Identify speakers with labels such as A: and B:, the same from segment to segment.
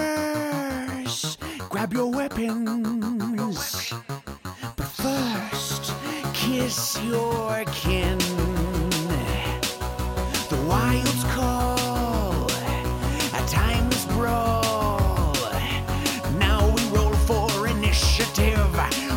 A: adventurers, grab your weapons. But first, kiss your kin. The wilds call, a timeless brawl. Now we roll for initiative.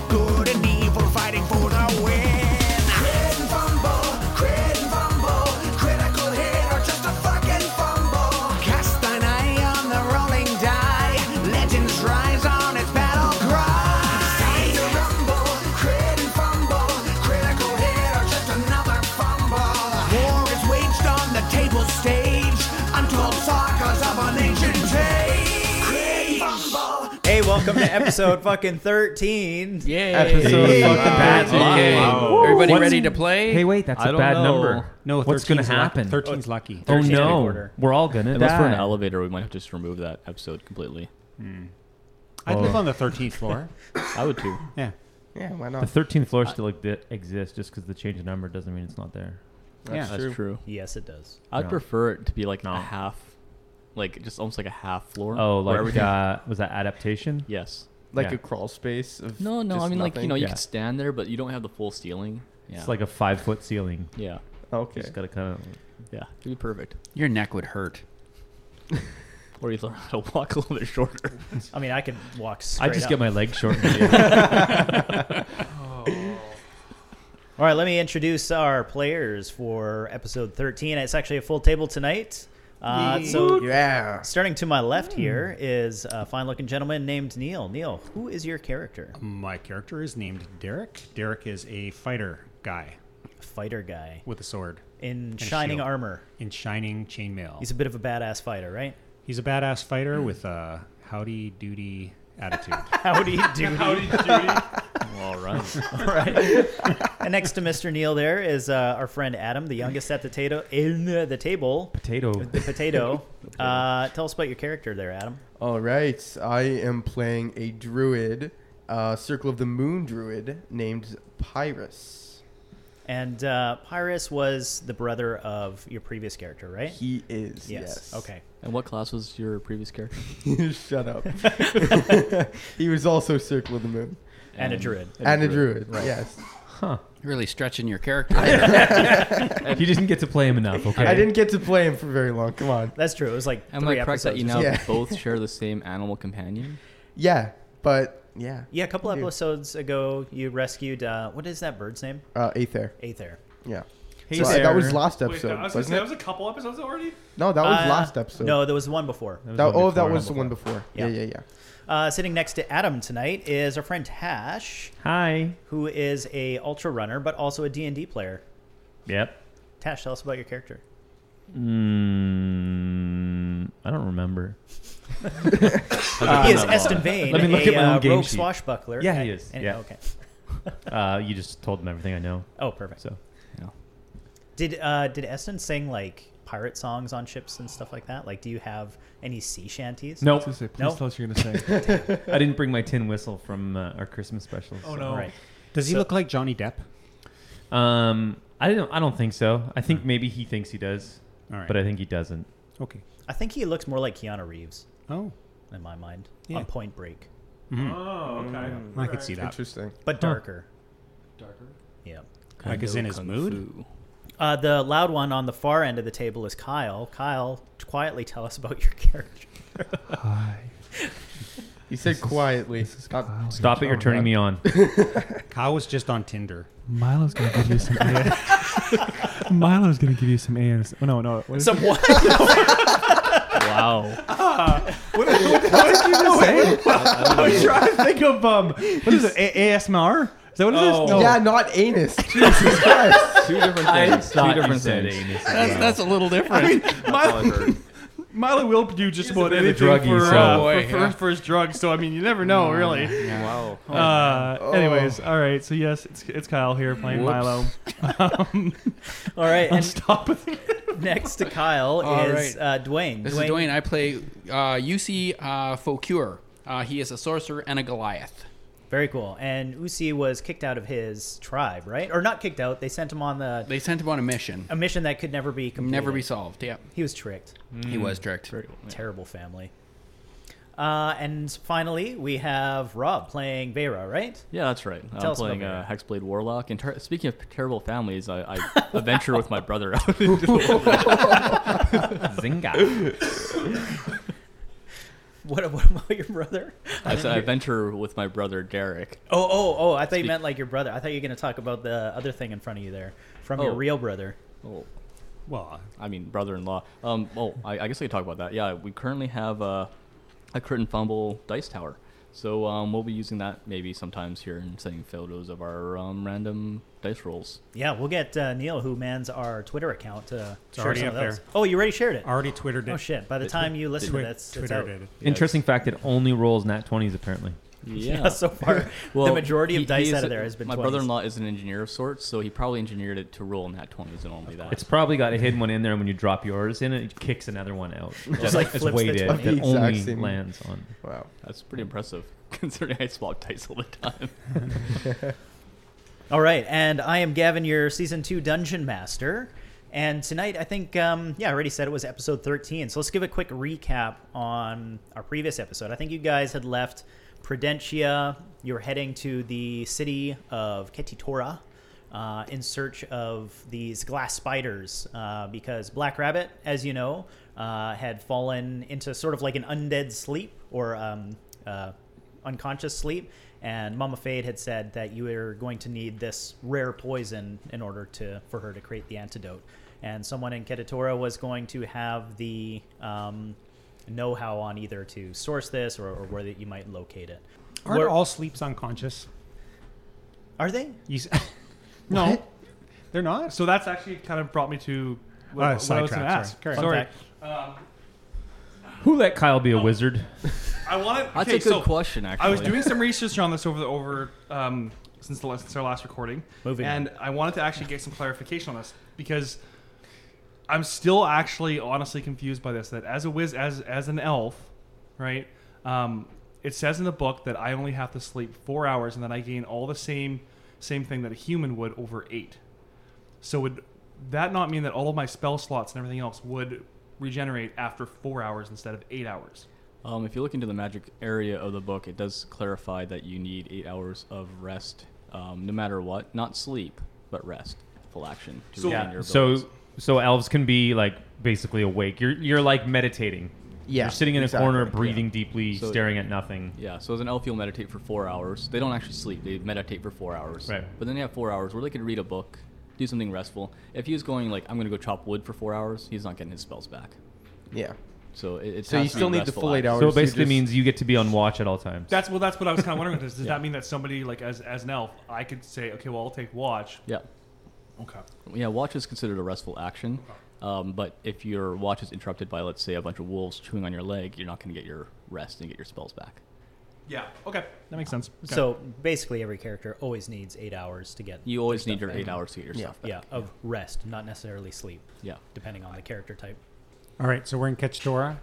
A: Good and evil fighting for the win. Crit and fumble, crit and fumble. Critical hit or just a fucking fumble. Cast thine eye on the rolling die. Legends rise on its battle cry. It's time to rumble, crit and fumble. Critical hit or just another fumble. War is waged on the table stage. Untold sagas of an ancient age. Crit and fumble.
B: Hey, welcome to episode fucking 13.
C: Yay.
D: Episode
B: Hey.
D: fucking
B: Bad
D: thirteen.
B: luck.
C: Okay.
B: Wow.
C: Everybody
D: What's-
C: ready to play?
E: Hey, wait, that's
D: I
E: a
D: don't
E: bad
D: know.
E: number.
D: No,
E: what's gonna
D: 13's luck-
E: happen?
D: 13's lucky.
E: Oh
B: 13 and a
E: no,
B: quarter.
E: we're all gonna
F: Unless we're in an
E: die.
F: elevator, we might have to just remove that episode completely.
D: Hmm. I'd
E: Oh.
D: live on the 13th floor.
F: I would too.
D: yeah.
C: Yeah, why
E: The
C: not?
E: thirteenth floor still exi- exists. Just because the change of number doesn't mean it's not there.
D: yeah.
F: That's true.
B: Yes, it does.
F: I'd
E: No.
F: prefer it to be like
E: No.
F: a half, like just almost like a half floor.
E: Oh,
F: where
E: like
F: everything-
E: uh, was that adaptation?
F: yes.
C: Like
E: Yeah.
C: a crawl space of
F: No, no.
C: just
F: I mean, like you
C: nothing?
F: know, you
E: Yeah.
F: can stand there, but you don't have the full ceiling. Yeah.
E: It's like a five foot ceiling.
F: yeah,
C: Okay.
E: Just gotta kind of.
F: yeah. It'd be perfect.
G: Your neck would hurt.
F: Or you learn how to walk a little bit shorter.
B: I mean, I could walk
E: I
B: straight
E: just
B: up.
E: get my legs shortened.
B: All right, let me introduce our players for episode 13. It's actually a full table tonight. Uh, so,
C: Yeah.
B: starting to my left here is uh, a fine looking gentleman named Neil. Neil, who is your character?
D: My character is named Derek. Derek is a fighter guy
B: Fighter guy
D: with a sword
B: in
D: a
B: shining
D: shield.
B: armor.
D: in shining chainmail.
B: He's
D: He's
B: a bit of a badass fighter, right? Hmm.
D: a, badass fighter with a howdy doody attitude.
B: Howdy doody.
F: All right.
B: and next to Mr. Neil there is uh, our friend Adam, the youngest at the, tato- in uh, the table.
E: Potato.
B: The potato. Uh, tell us about your character there, Adam.
C: All right. I am playing a druid, uh, Circle of the Moon druid named Pyrus.
B: And uh, Pyrus was the brother of your previous character, right?
C: He is. Yes.
B: Okay.
F: and what class was your previous character?
C: Shut up. he was also Circle of the Moon
B: And, a druid.
C: and a druid. Yes.
G: Really stretching your character. there.
E: you didn't get to play him enough. Okay.
C: I didn't get to play him for very long. Come on.
B: That's true. It was like
F: Am
B: three
F: I correct that
B: episodes.
F: you
B: or
F: now
B: something.
C: Yeah.
F: both share the same animal companion?
C: Yeah, but yeah.
B: Yeah, a couple
C: Dude.
B: episodes ago, you rescued uh, what is that bird's name?
C: Uh, Aether.
B: Aether.
C: Yeah.
B: Hey
C: So, uh,
B: there.
C: That was last
H: Wait,
C: episode.
H: no, I was gonna
C: wasn't
H: say,
C: it?
H: that was a couple episodes already?
C: no, that was
B: Uh,
C: last episode.
B: No, there was one before.
E: That was
C: That,
E: one
C: oh, that
E: before.
C: was the one before. Yeah,
B: Yeah.
C: yeah, yeah.
B: Uh, sitting next to Adam tonight is our friend Tash,
E: Hi.
B: who is a ultra runner but also a D&D player.
E: Yep.
B: Tash, tell us about your character.
E: Mm, I don't remember.
B: he is Eston Vane,
E: Let me look
B: a
E: at my own
B: uh,
E: game
B: rogue
E: sheet.
B: swashbuckler.
E: Yeah, he
B: And-
E: is.
B: and-
E: Yeah.
B: Okay.
E: Uh, you just told them everything I know.
B: Oh, perfect.
E: So
B: Did uh, did Eston sing like pirate songs on ships and stuff like that? Like, do you have any sea shanties?
E: no,
B: No? tell
E: us you're gonna say. I didn't bring my tin whistle from uh, our Christmas special.
H: Oh
E: so-
H: no.
B: All right.
D: Does he
B: So-
D: look like Johnny Depp?
E: Um, I don't. I don't think so. I think maybe he thinks he does,
D: All right.
E: but I think he doesn't.
D: okay.
B: I think he looks more like Keanu Reeves
D: Oh,
B: in my mind
D: Yeah.
B: on Point Break,
H: Oh, okay.
D: Mm-hmm. I
H: Alright.
D: could
B: Mm.
D: see that.
C: Interesting.
B: but darker.
H: Darker.
B: Yeah.
D: Like is in his mood.
B: Uh, the loud one on the far end of the table is Kyle. Kyle, quietly tell us about your character.
C: He said quietly. Stop.
E: Stop it! You're turning me on.
D: Kyle was just on Tinder.
I: Milo's gonna give you some. AS. Milo's gonna give you some AS. Oh, no, no. What is
B: Some what?
F: Wow.
I: I was trying to think of um. What is it? A- ASMR? Is that what it is? No.
C: Yeah, not anus. Jesus Christ.
F: Oh. Two different things. Two
E: You
F: different
E: said
F: things.
E: anus.
G: that's, that's a little different.
I: Milo, Milo will do just about
E: bit of a
I: anything
E: druggie,
I: for,
E: so-
I: uh,
E: Oh,
G: boy,
I: for, for,
G: yeah.
I: for his drugs. So I mean, you never
F: Oh,
I: know, really.
G: wow.
I: Uh, Anyways,
C: Oh.
I: all right. So yes, it's, it's Kyle here playing Milo. Um,
B: All right,
I: I'll
B: and
I: stop with it.
B: next to Kyle
G: All
B: is
G: right.
B: uh, Dwayne.
G: This is Dwayne. I play uh, UC uh, Faucure. Uh, he is a sorcerer and a Goliath.
B: Very cool. And Usi was kicked out of his tribe, right? Or not kicked out. They sent him on the
G: They sent him on a mission.
B: a mission that could never be completed.
G: Never be solved. Yeah.
B: He was tricked.
G: He was tricked.
B: Terrible Hmm. family. Uh, and finally, we have Rob playing Vera, right?
F: Yeah, that's right.
B: Tell
F: I'm
B: us about
F: playing uh,
B: Vera.
F: Hexblade Warlock. And ter- speaking of terrible families, I, I adventure with my brother out.
E: Zynga.
B: What, what about your brother?
F: I said I adventure with my brother Derek.
B: Oh, oh, oh! I thought you meant like your brother. I thought you were going to talk about the other thing in front of you there from your
F: Oh.
B: real brother.
F: Well,
D: Well,
F: I mean brother-in-law. Um, well, I, I guess we can talk about that. Yeah, we currently have uh, a crit and fumble dice tower, so um, we'll be using that maybe sometimes here and sending photos of our um, random dice rolls.
B: Yeah, we'll get uh, Neil, who mans our Twitter account, to share
D: already
B: some
D: up
B: of those.
D: there.
B: Oh, you already shared it.
D: I already Twittered it.
B: Oh shit! By the time you listen to
D: Twi-
B: this, it's out.
D: Twittered it.
E: Interesting fact: it only rolls nat twenties apparently.
F: Yeah.
B: Yeah, so far the majority of
F: he-
B: dice
F: he
B: out
F: is
B: of
F: a-
B: there has been
F: My
B: 20s.
F: brother-in-law is an engineer of sorts, so he probably engineered it to roll in that twenties and only that.
E: It's probably got a hidden one in there, and when you drop yours in it, it kicks another one out. Just
B: like
E: it's
B: flips the
E: weighted.
B: twenty.
E: That
C: The exact
E: only
C: same-
E: lands on.
C: Wow.
F: That's pretty impressive, considering I swap dice all the time.
B: All right, and I am Gavin, your season two dungeon master. And tonight, I think, um, yeah, I already said it was episode 13. So let's give a quick recap on our previous episode. I think you guys had left Prudentia. You were heading to the city of Ketitora uh, in search of these glass spiders uh, because Black Rabbit, as you know, uh, had fallen into sort of like an undead sleep or um, uh, unconscious sleep, and Mama Fade had said that you were going to need this rare poison in order to for her to create the antidote. And someone in Ketatora was going to have the um, know-how on either to source this or, or where that you might locate it.
D: Aren't
B: Where-
D: all sleeps unconscious?
B: Are they?
D: You s- no, they're not.
I: So that's actually kind of brought me to what,
D: Uh,
I: what I was going
D: sidetracked,
I: to ask.
D: sorry. Carry on.
I: Sorry.
B: Fun
I: Um,
E: Who let Kyle be a wizard?
I: I wanted.
F: That's
I: okay,
F: a good
I: so
F: question, actually.
I: I was doing some research on this over the over um, since the last- since our last recording,
B: Moving
I: and I wanted to actually get some clarification on this because I'm still actually honestly confused by this. That as a wiz, as as an elf, right? Um, it says in the book that I only have to sleep four hours, and that I gain all the same same thing that a human would over eight. So would that not mean that all of my spell slots and everything else would regenerate after four hours instead of eight hours?
F: Um, if you look into the magic area of the book, it does clarify that you need eight hours of rest, um, no matter what. Not sleep, but rest, full action. To
I: So-
F: regain
I: Yeah.
F: your abilities.
E: So so elves can be like basically awake. You're you're like meditating.
C: Yeah,
E: You're sitting in a
C: exactly,
E: corner,
C: yeah.
E: breathing deeply,
F: So-
E: staring at nothing.
F: yeah. So as an elf, you'll meditate for four hours. They don't actually sleep; they meditate for four hours.
E: Right.
F: But then they have four hours where they could read a book, do something restful. If he was going like, I'm going to go chop wood for four hours, he's not getting his spells back.
C: Yeah.
F: So it, it
C: So
F: has
C: you
F: to be
C: still need the
F: restful
C: full eight
F: action.
C: hours.
E: So
C: you
E: it basically
C: just-
E: means you get to be on watch at all times.
I: That's well. That's what I was kind of wondering. With this, does that mean that somebody like as as an elf, I could say, okay, well, I'll take watch.
F: Yeah.
I: Okay.
F: Yeah, watch is considered a restful action. Um, but if your watch is interrupted by, let's say, a bunch of wolves chewing on your leg, you're not going to get your rest and get your spells back.
I: Yeah. Okay. That makes sense. Okay.
B: So basically, every character always needs eight hours to get
F: You always need your eight hours to get your
C: Yeah.
F: stuff back.
B: yeah of rest, not necessarily sleep,
F: Yeah.
B: depending on the character type.
D: All right, so we're in Ketchadora.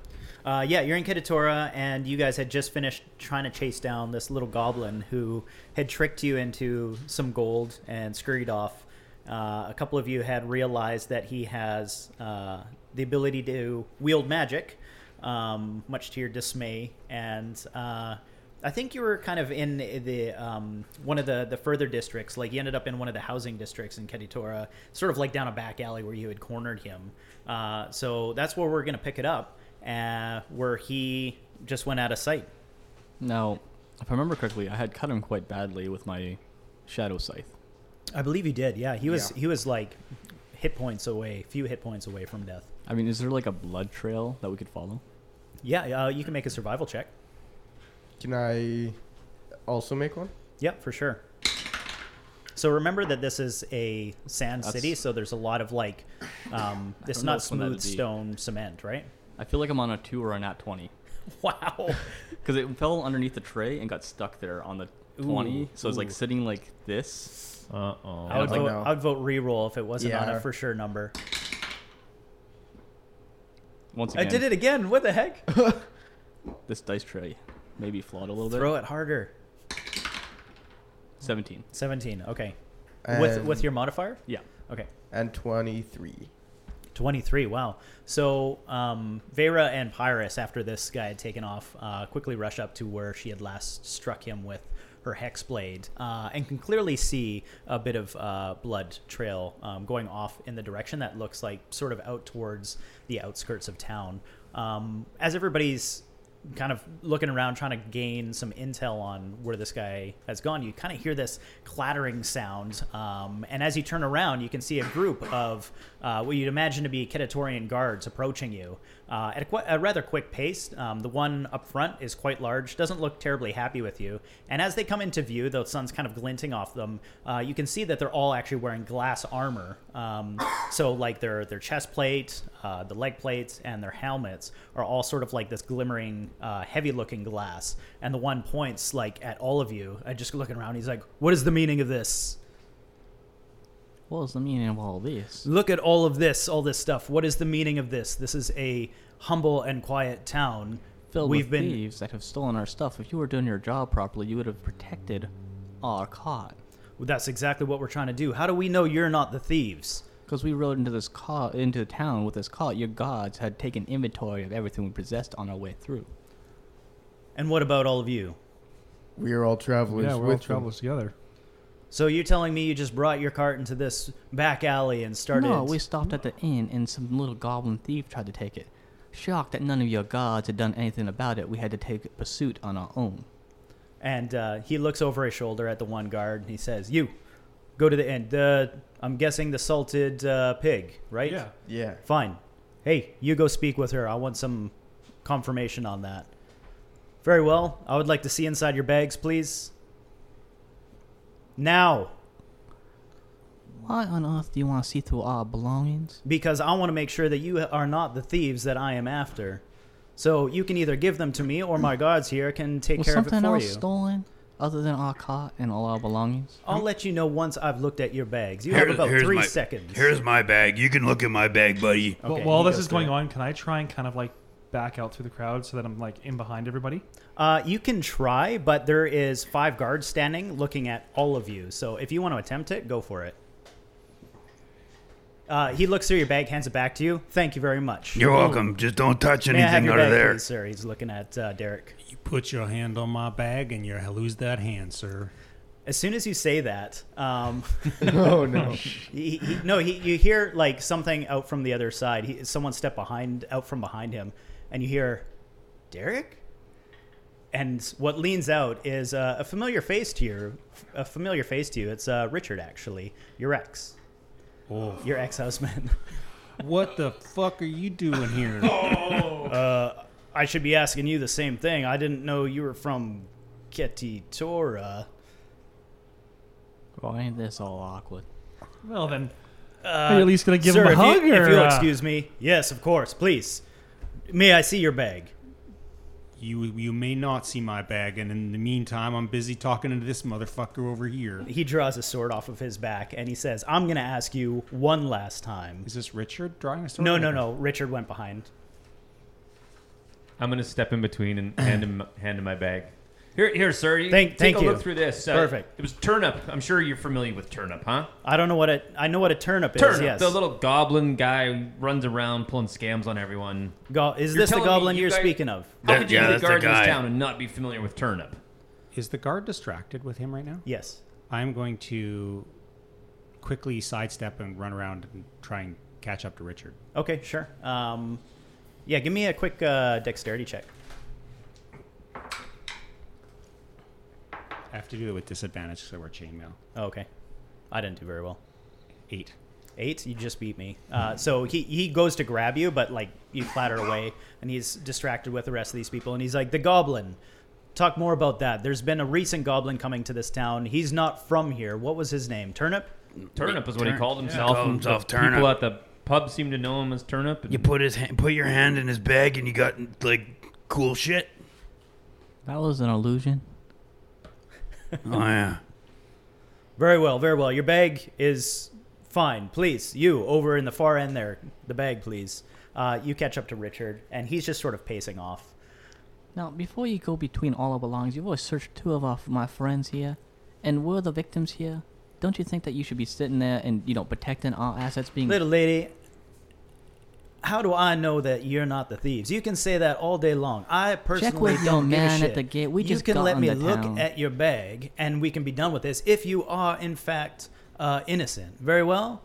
B: Uh, yeah, you're in Kitatora, and you guys had just finished trying to chase down this little goblin who had tricked you into some gold and scurried off. Uh, a couple of you had realized that he has uh, the ability to wield magic, um, much to your dismay, and uh, I think you were kind of in the um, one of the the further districts. Like you ended up in one of the housing districts in Keditora, sort of like down a back alley where you had cornered him. Uh, so that's where we're gonna pick it up, uh, where he just went out of sight.
F: Now, if I remember correctly, I had cut him quite badly with my shadow scythe.
B: I believe he did. Yeah, he was
C: Yeah.
B: he was like hit points away, few hit points away from death.
F: I mean, is there like a blood trail that we could follow?
B: Yeah, uh, you can make a survival check.
C: Can I also make one?
B: Yep, for sure. So remember that this is a sand
F: That's-
B: city, so there's a lot of like, um, it's
F: don't know
B: not
F: which one that'd
B: smooth
F: be.
B: stone cement, right?
F: I feel like I'm on a two or a nat 20.
B: Wow.
F: Because it fell underneath the tray and got stuck there on the 20. so it's like
B: ooh.
F: sitting like this.
E: Uh
B: I
E: oh.
B: would, vote,
C: no.
B: I would vote reroll if it wasn't on
C: Yeah.
B: a for sure number.
F: Once
B: I
F: again,
B: did it again. What the heck?
F: this dice tray maybe flawed a little
B: Throw
F: bit.
B: it harder.
F: 17.
B: 17. Okay. With with
C: And-
B: your modifier?
F: Yeah.
B: Okay.
C: and twenty three.
B: 23. Wow. So um, Vera and Pyrus, after this guy had taken off, uh, quickly rush up to where she had last struck him with her hex blade, uh, and can clearly see a bit of uh, blood trail um, going off in the direction that looks like sort of out towards the outskirts of town. Um, as everybody's kind of looking around trying to gain some intel on where this guy has gone you kind of hear this clattering sound um, and as you turn around you can see a group of uh, what you'd imagine to be Kedatorian guards approaching you uh, at a, qu- a rather quick pace um, the one up front is quite large doesn't look terribly happy with you and as they come into view the sun's kind of glinting off them uh, you can see that they're all actually wearing glass armor um, so like their their chest plate uh, the leg plates and their helmets are all sort of like this glimmering, uh, heavy-looking glass. And the one points like at all of you, and just looking around. He's like, "What is the meaning of this?
F: What is the meaning of all this?
B: Look at all of this, all this stuff. What is the meaning of this? This is a humble and quiet town.
F: Filled
B: We've
F: with
B: been
F: thieves that have stolen our stuff. If you were doing your job properly, you would have protected our cot.
B: that's exactly what we're trying to do. How do we know you're not the thieves?
F: Because we rode into this cot, into town with this cot. Your gods had taken inventory of everything we possessed on our way through.
B: And what about all of you?
C: We are all travelers
D: yeah, we're all
C: with them.
D: travelers together.
B: So you're telling me you just brought your cart into this back alley and started?
F: No, we stopped at the inn and some little goblin thief tried to take it. Shocked that none of your gods had done anything about it, we had to take pursuit on our own.
B: And uh, he looks over his shoulder at the one guard and he says, "You, go to the end. The I'm guessing the salted uh, pig, right?
I: Yeah.
C: Yeah.
B: Fine. Hey, you go speak with her. I want some confirmation on that. Very well. I would like to see inside your bags, please. Now,
F: Why on earth do you want to see through our belongings?
B: because I want to make sure that you are not the thieves that I am after. So you can either give them to me, or my guards here can take
F: Was
B: care of it
F: something
B: for
F: else
B: you.
F: stolen other than our cot and all our belongings?
B: I'll let you know once I've looked at your bags. You
J: Here-
B: have about
J: here's
B: three
J: my-
B: seconds.
J: Here's my bag. You can look at my bag, buddy.
I: Well,
B: Okay,
I: while
B: he
I: this
B: goes
I: is
B: through
I: going
B: it.
I: on, can I try and kind of like back out through the crowd so that I'm like in behind everybody?
B: Uh, you can try, but there is five guards standing looking at all of you. So if you want to attempt it, go for it. Uh, he looks through your bag, hands it back to you. Thank you very much.
J: You're welcome. Just don't touch
B: May I have
J: anything
B: your
J: out of
B: bag,
J: there.
B: please, sir? He's looking at uh, Derek.
K: You put your hand on my bag and you lose that hand, sir.
B: As soon as you say that, um,
C: Oh no.
B: he, he, no, he, you hear like something out from the other side. He, someone stepped behind, out from behind him, and you hear, Derek. And what leans out is uh, a familiar face to you. A familiar face to you. It's uh, Richard, actually, your ex,
K: Oh,
B: your ex-husband.
K: what the fuck are you doing here?
B: Uh, I should be asking you the same thing. I didn't know you were from Ketitora.
F: Why ain't this all awkward?
I: Well, then. are you at least going to give
B: Sir,
I: him a
B: if,
I: hug?
B: you,
I: or,
B: if you'll
I: uh,
B: excuse me. Yes, of course. Please. May I see your bag?
K: You you may not see my bag, and in the meantime, I'm busy talking to this motherfucker over here.
B: He draws his sword off of his back and he says, I'm going to ask you one last time.
K: Is this Richard drawing a sword?
B: No, no, no. Richard went behind.
E: I'm gonna step in between and hand him hand him my bag. Here, here, sir. You
B: Thank-
E: take
B: thank
E: a
B: you.
E: look through this.
B: Perfect.
E: It was turnip. I'm sure you're familiar with turnip, huh?
B: I don't know what a, I know what a turnip is.
E: Turnip,
B: yes.
E: the little goblin guy who runs around pulling scams on everyone.
B: Go- is
E: You're
B: this the
E: telling me
B: goblin
E: you
B: you're
E: guys-
B: speaking of?
E: How
J: That-
E: could you
J: yeah,
E: be a
J: that's the
E: guard in this
J: guy.
E: town and not be familiar with turnip?
K: Is the guard distracted with him right now?
B: Yes.
K: I'm going to quickly sidestep and run around and try and catch up to Richard.
B: Okay, sure. Um, yeah, give me a quick uh, dexterity check.
K: I have to do it with disadvantage because I wear chainmail.
B: Oh, okay. I didn't do very well.
K: Eight.
B: Eight, you just beat me. Uh, so he, he goes to grab you, but like you clatter away, and he's distracted with the rest of these people. And he's like, The goblin. Talk more about that. There's been a recent goblin coming to this town. He's not from here. What was his name? Turnip?
E: Turnip is what he called himself.
J: Called
E: and
J: himself
E: the
J: Turnip.
E: People at the pub seem to know him as turnip. and-
J: You put his hand, put your hand in his bag, and you got like cool shit.
F: That was an illusion.
J: Oh yeah.
B: Very well, very well. Your bag is fine. Please, you over in the far end there, the bag, please. Uh, you catch up to Richard, and he's just sort of pacing off.
F: Now, before you go between all our belongings, you've always searched two of our, my friends here, and we're the victims here. Don't you think that you should be sitting there and, you know, protecting our assets being.
B: Little lady, how do I know that you're not the thieves? You can say that all day long. I personally
L: with your
B: don't give a
L: man at
B: shit.
L: the gate. We
B: you
L: just
B: can
L: got
B: let
L: on
B: me
L: the
B: look
L: town.
B: at your bag, and we can be done with this. If you are in fact uh, innocent, very well.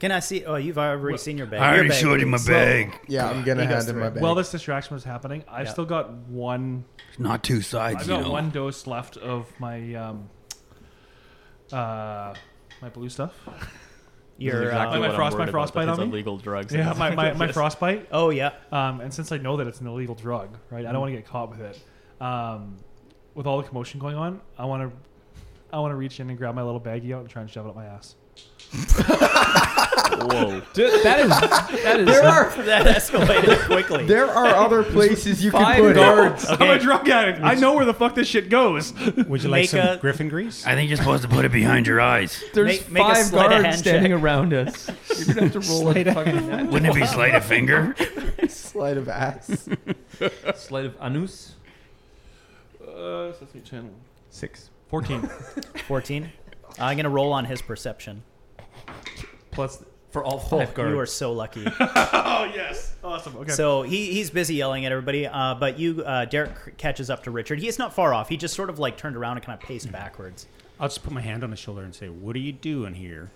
B: Can I see? Oh, you've already seen your bag. Your bag, please.
C: Yeah, I'm gonna
I: He goes
C: hand him
I: through
C: my
I: it.
C: bag.
I: While this distraction was happening, I've
C: Yeah.
I: still got one.
J: Not two sides,
I: I've
J: you
I: got
J: know.
I: one dose left of my um, uh, my blue stuff.
B: Your, This is exactly
I: My- my
B: what I'm
I: frost,
B: worried
I: my
B: about,
I: frostbite
B: that
I: on
B: these
I: me.
B: illegal drugs
I: Yeah,
B: and
I: my, my, my
B: stuff.
I: frostbite.
B: Oh yeah.
I: Um, and since I know that it's an illegal drug, right? I don't
B: Mhm.
I: want to get caught with it. Um, with all the commotion going on, I want to. I want to reach in and grab my little baggie out and try and shove it up my ass.
F: Whoa!
I: Dude, that is- that is- There are-
B: that escalated quickly.
C: There are other places you can put it.
I: I'm a drug addict. I know where the fuck this shit goes.
K: Would you
I: Make
K: like some
I: a-
K: griffin grease?
J: I think you're supposed to put it behind your eyes.
K: There's
I: Make- make a five sleight of guards hand standing check.
E: around us. You're gonna have to roll a fucking.
J: Wouldn't it be sleight of finger?
C: Sleight of ass.
E: Sleight of anus.
I: Uh, Sesame Channel.
E: Six.
I: 14.
B: 14. I'm going to roll on his perception.
I: Plus,
E: for all
I: five
B: You
I: guards.
B: are so lucky.
I: oh yes, awesome. Okay.
B: So he, he's busy yelling at everybody, uh, but you, uh, Derek c- catches up to Richard. He is not far off. He just sort of like turned around and kind of paced backwards.
K: Mm. I'll just put my hand on his shoulder and say, "What are you doing here?"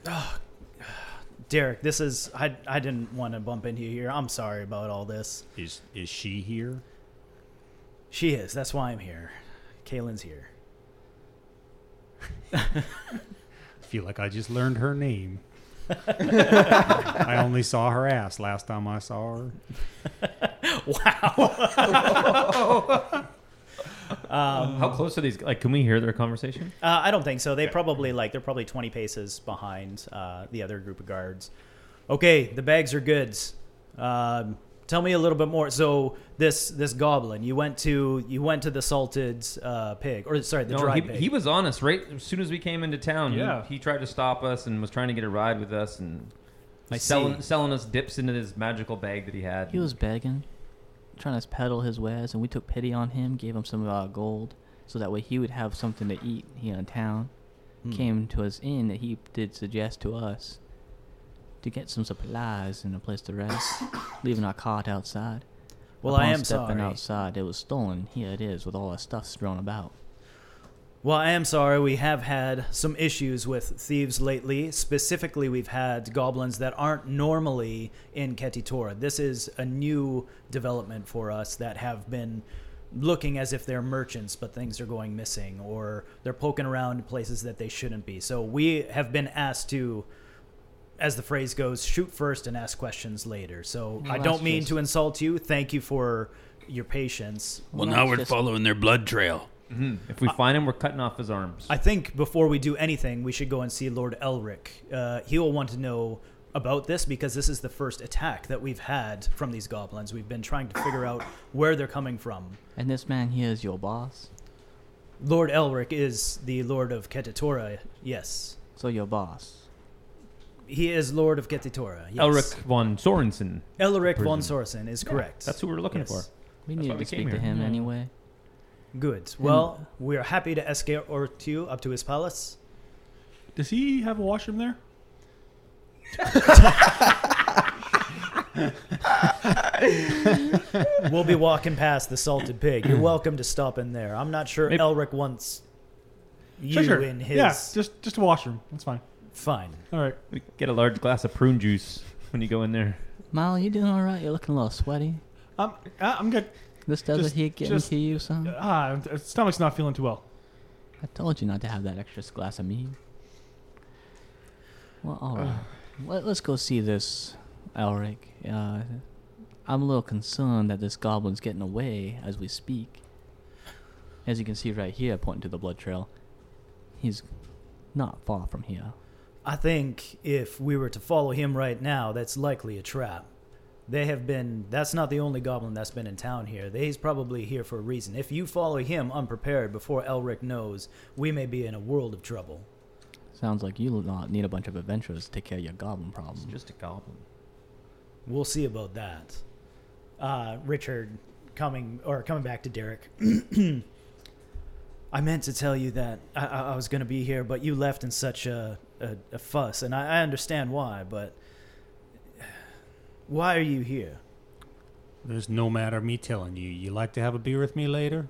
B: Derek, this is. I, I didn't want to bump into you here. I'm sorry about all this.
K: Is is she here?
B: She is. That's why I'm here. Kaylin's here.
K: I feel like I just learned her name. I only saw her ass last time I saw her.
B: Wow. um,
E: How close are these? Like, can we hear their conversation?
B: Uh, I don't think so. They probably like they're probably twenty paces behind uh, the other group of guards. Okay, the bags are goods. Um, tell me a little bit more. So this this goblin, you went to you went to the salted uh, pig, or sorry, the
E: No,
B: dried
E: he,
B: pig.
E: he was on us right as soon as we came into town. He-
B: Yeah.
E: He, tried to stop us and was trying to get a ride with us and
B: I
E: was selling
B: see.
E: selling us dips into his magical bag that he had.
L: He was begging, trying to peddle his wares, and we took pity on him, gave him some of our gold, so that way he would have something to eat here in town.
B: Hmm.
L: Came to his inn that he did suggest to us to get some supplies and a place to rest, leaving our cart outside.
B: Well, I
L: Upon
B: am
L: stepping
B: sorry.
L: outside, it was stolen. Here it is, with all our stuff strewn about.
B: Well, I am sorry. We have had some issues with thieves lately. Specifically, we've had goblins that aren't normally in Ketitora. This is a new development for us that have been looking as if they're merchants, but things are going missing or they're poking around in places that they shouldn't be. So we have been asked to, as the phrase goes, shoot first and ask questions later. So
J: Well,
B: I
J: that's
B: don't mean
J: just-
B: to insult you. Thank you for your patience.
J: Well, now we're following their blood trail.
E: Mm-hmm. If we
B: Uh,
E: find him, we're cutting off his arms.
B: I think before we do anything, we should go and see Lord Elric. Uh, he will want to know about this because this is the first attack that we've had from these goblins. We've been trying to figure out where they're coming from.
L: And this man here is your boss.
B: Lord Elric is the Lord of Ketitora, yes.
L: So your boss.
B: He is Lord of Ketitora, yes.
E: Elric von Sorensen.
B: Elric
E: The
B: von
E: person.
B: Sorensen is
E: Yeah,
B: correct.
E: that's who we're looking for.
L: We
E: That's why
L: needed
E: we
L: to
E: came
L: speak to
E: here.
L: him
E: Yeah.
L: anyway.
B: Good. Well, we are happy to escort you up to his palace.
I: Does he have a washroom there?
B: we'll be walking past the salted pig. You're welcome to stop in there. I'm not sure
I: Maybe-
B: Elric wants you
I: Sure, sure.
B: in his.
I: Yeah, just just a washroom. That's fine.
B: Fine.
I: All right.
E: We get a large glass of prune juice when you go in there.
L: Mal, you doing all right? You're looking a little sweaty.
I: I'm uh, I'm good.
L: This desert here getting
I: just-
L: to you, son.
I: Ah, uh, stomach's not feeling too well.
L: I told you not to have that extra glass of mead. Well, all
I: Uh.
L: right. Let, us go see this Elric. Uh, I'm a little concerned that this goblin's getting away as we speak. As you can see right here, pointing to the blood trail, he's not far from here.
B: I think if we were to follow him right now, that's likely a trap. They have been. That's not the only goblin that's been in town here. He's probably here for a reason. If you follow him unprepared before Elric knows, we may be in a world of trouble.
L: Sounds like you lot need a bunch of adventurers to take care of your goblin problem.
E: just a goblin.
B: We'll see about that. Uh, Richard, coming or coming back to Derek. I meant to tell you that I, I I was going to be here, but you left in such a, a, a fuss, and I, I understand why. But Why are you here?
K: There's no matter me telling you. You like to have a beer with me later?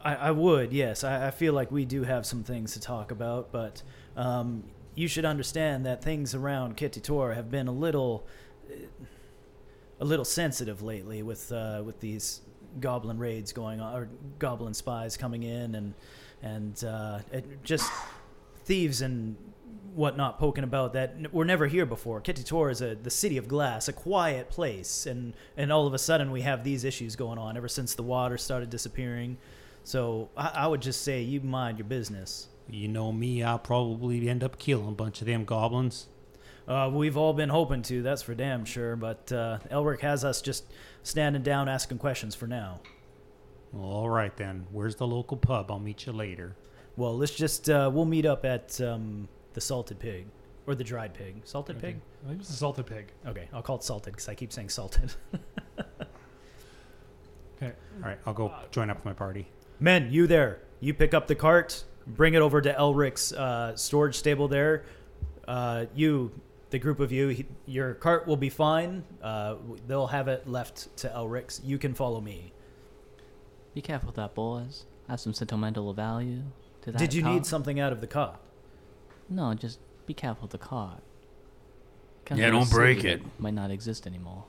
B: I, I would, yes. I, I feel like we do have some things to talk about, but um, you should understand that things around Kititor have been a little, eh, a little sensitive lately with uh, with these goblin raids going on, or goblin spies coming in, and and uh, it just thieves and whatnot poking about that n- were never here before. Kititor is a the city of glass, a quiet place, and and all of a sudden we have these issues going on ever since the water started disappearing. So I, I would just say you mind your business.
K: You know me, I'll probably end up killing a bunch of them goblins.
B: Uh, we've all been hoping to, that's for damn sure. But uh, Elric has us just standing down, asking questions for now.
K: Well, all right then. Where's the local pub? I'll meet you later.
B: Well, let's just uh, we'll meet up at um, the Salted Pig or the Dried Pig. Salted Pig.
I: I think it's the salted pig.
B: Okay, I'll call it Salted because I keep saying Salted.
I: Okay.
K: All right, I'll go join up with my party.
B: Men, you there? You pick up the cart, bring it over to Elric's uh, storage stable there. Uh, you, the group of you, he, your cart will be fine. Uh, w- they'll have it left to Elric's. You can follow me.
L: Be careful with that, boys. I have some sentimental value to that.
B: Did you
L: card.
B: need something out of the cart?
L: No, just be careful with the card. Kinda
J: Yeah,
L: like a
J: don't break
L: city that
J: it.
L: Might not exist anymore.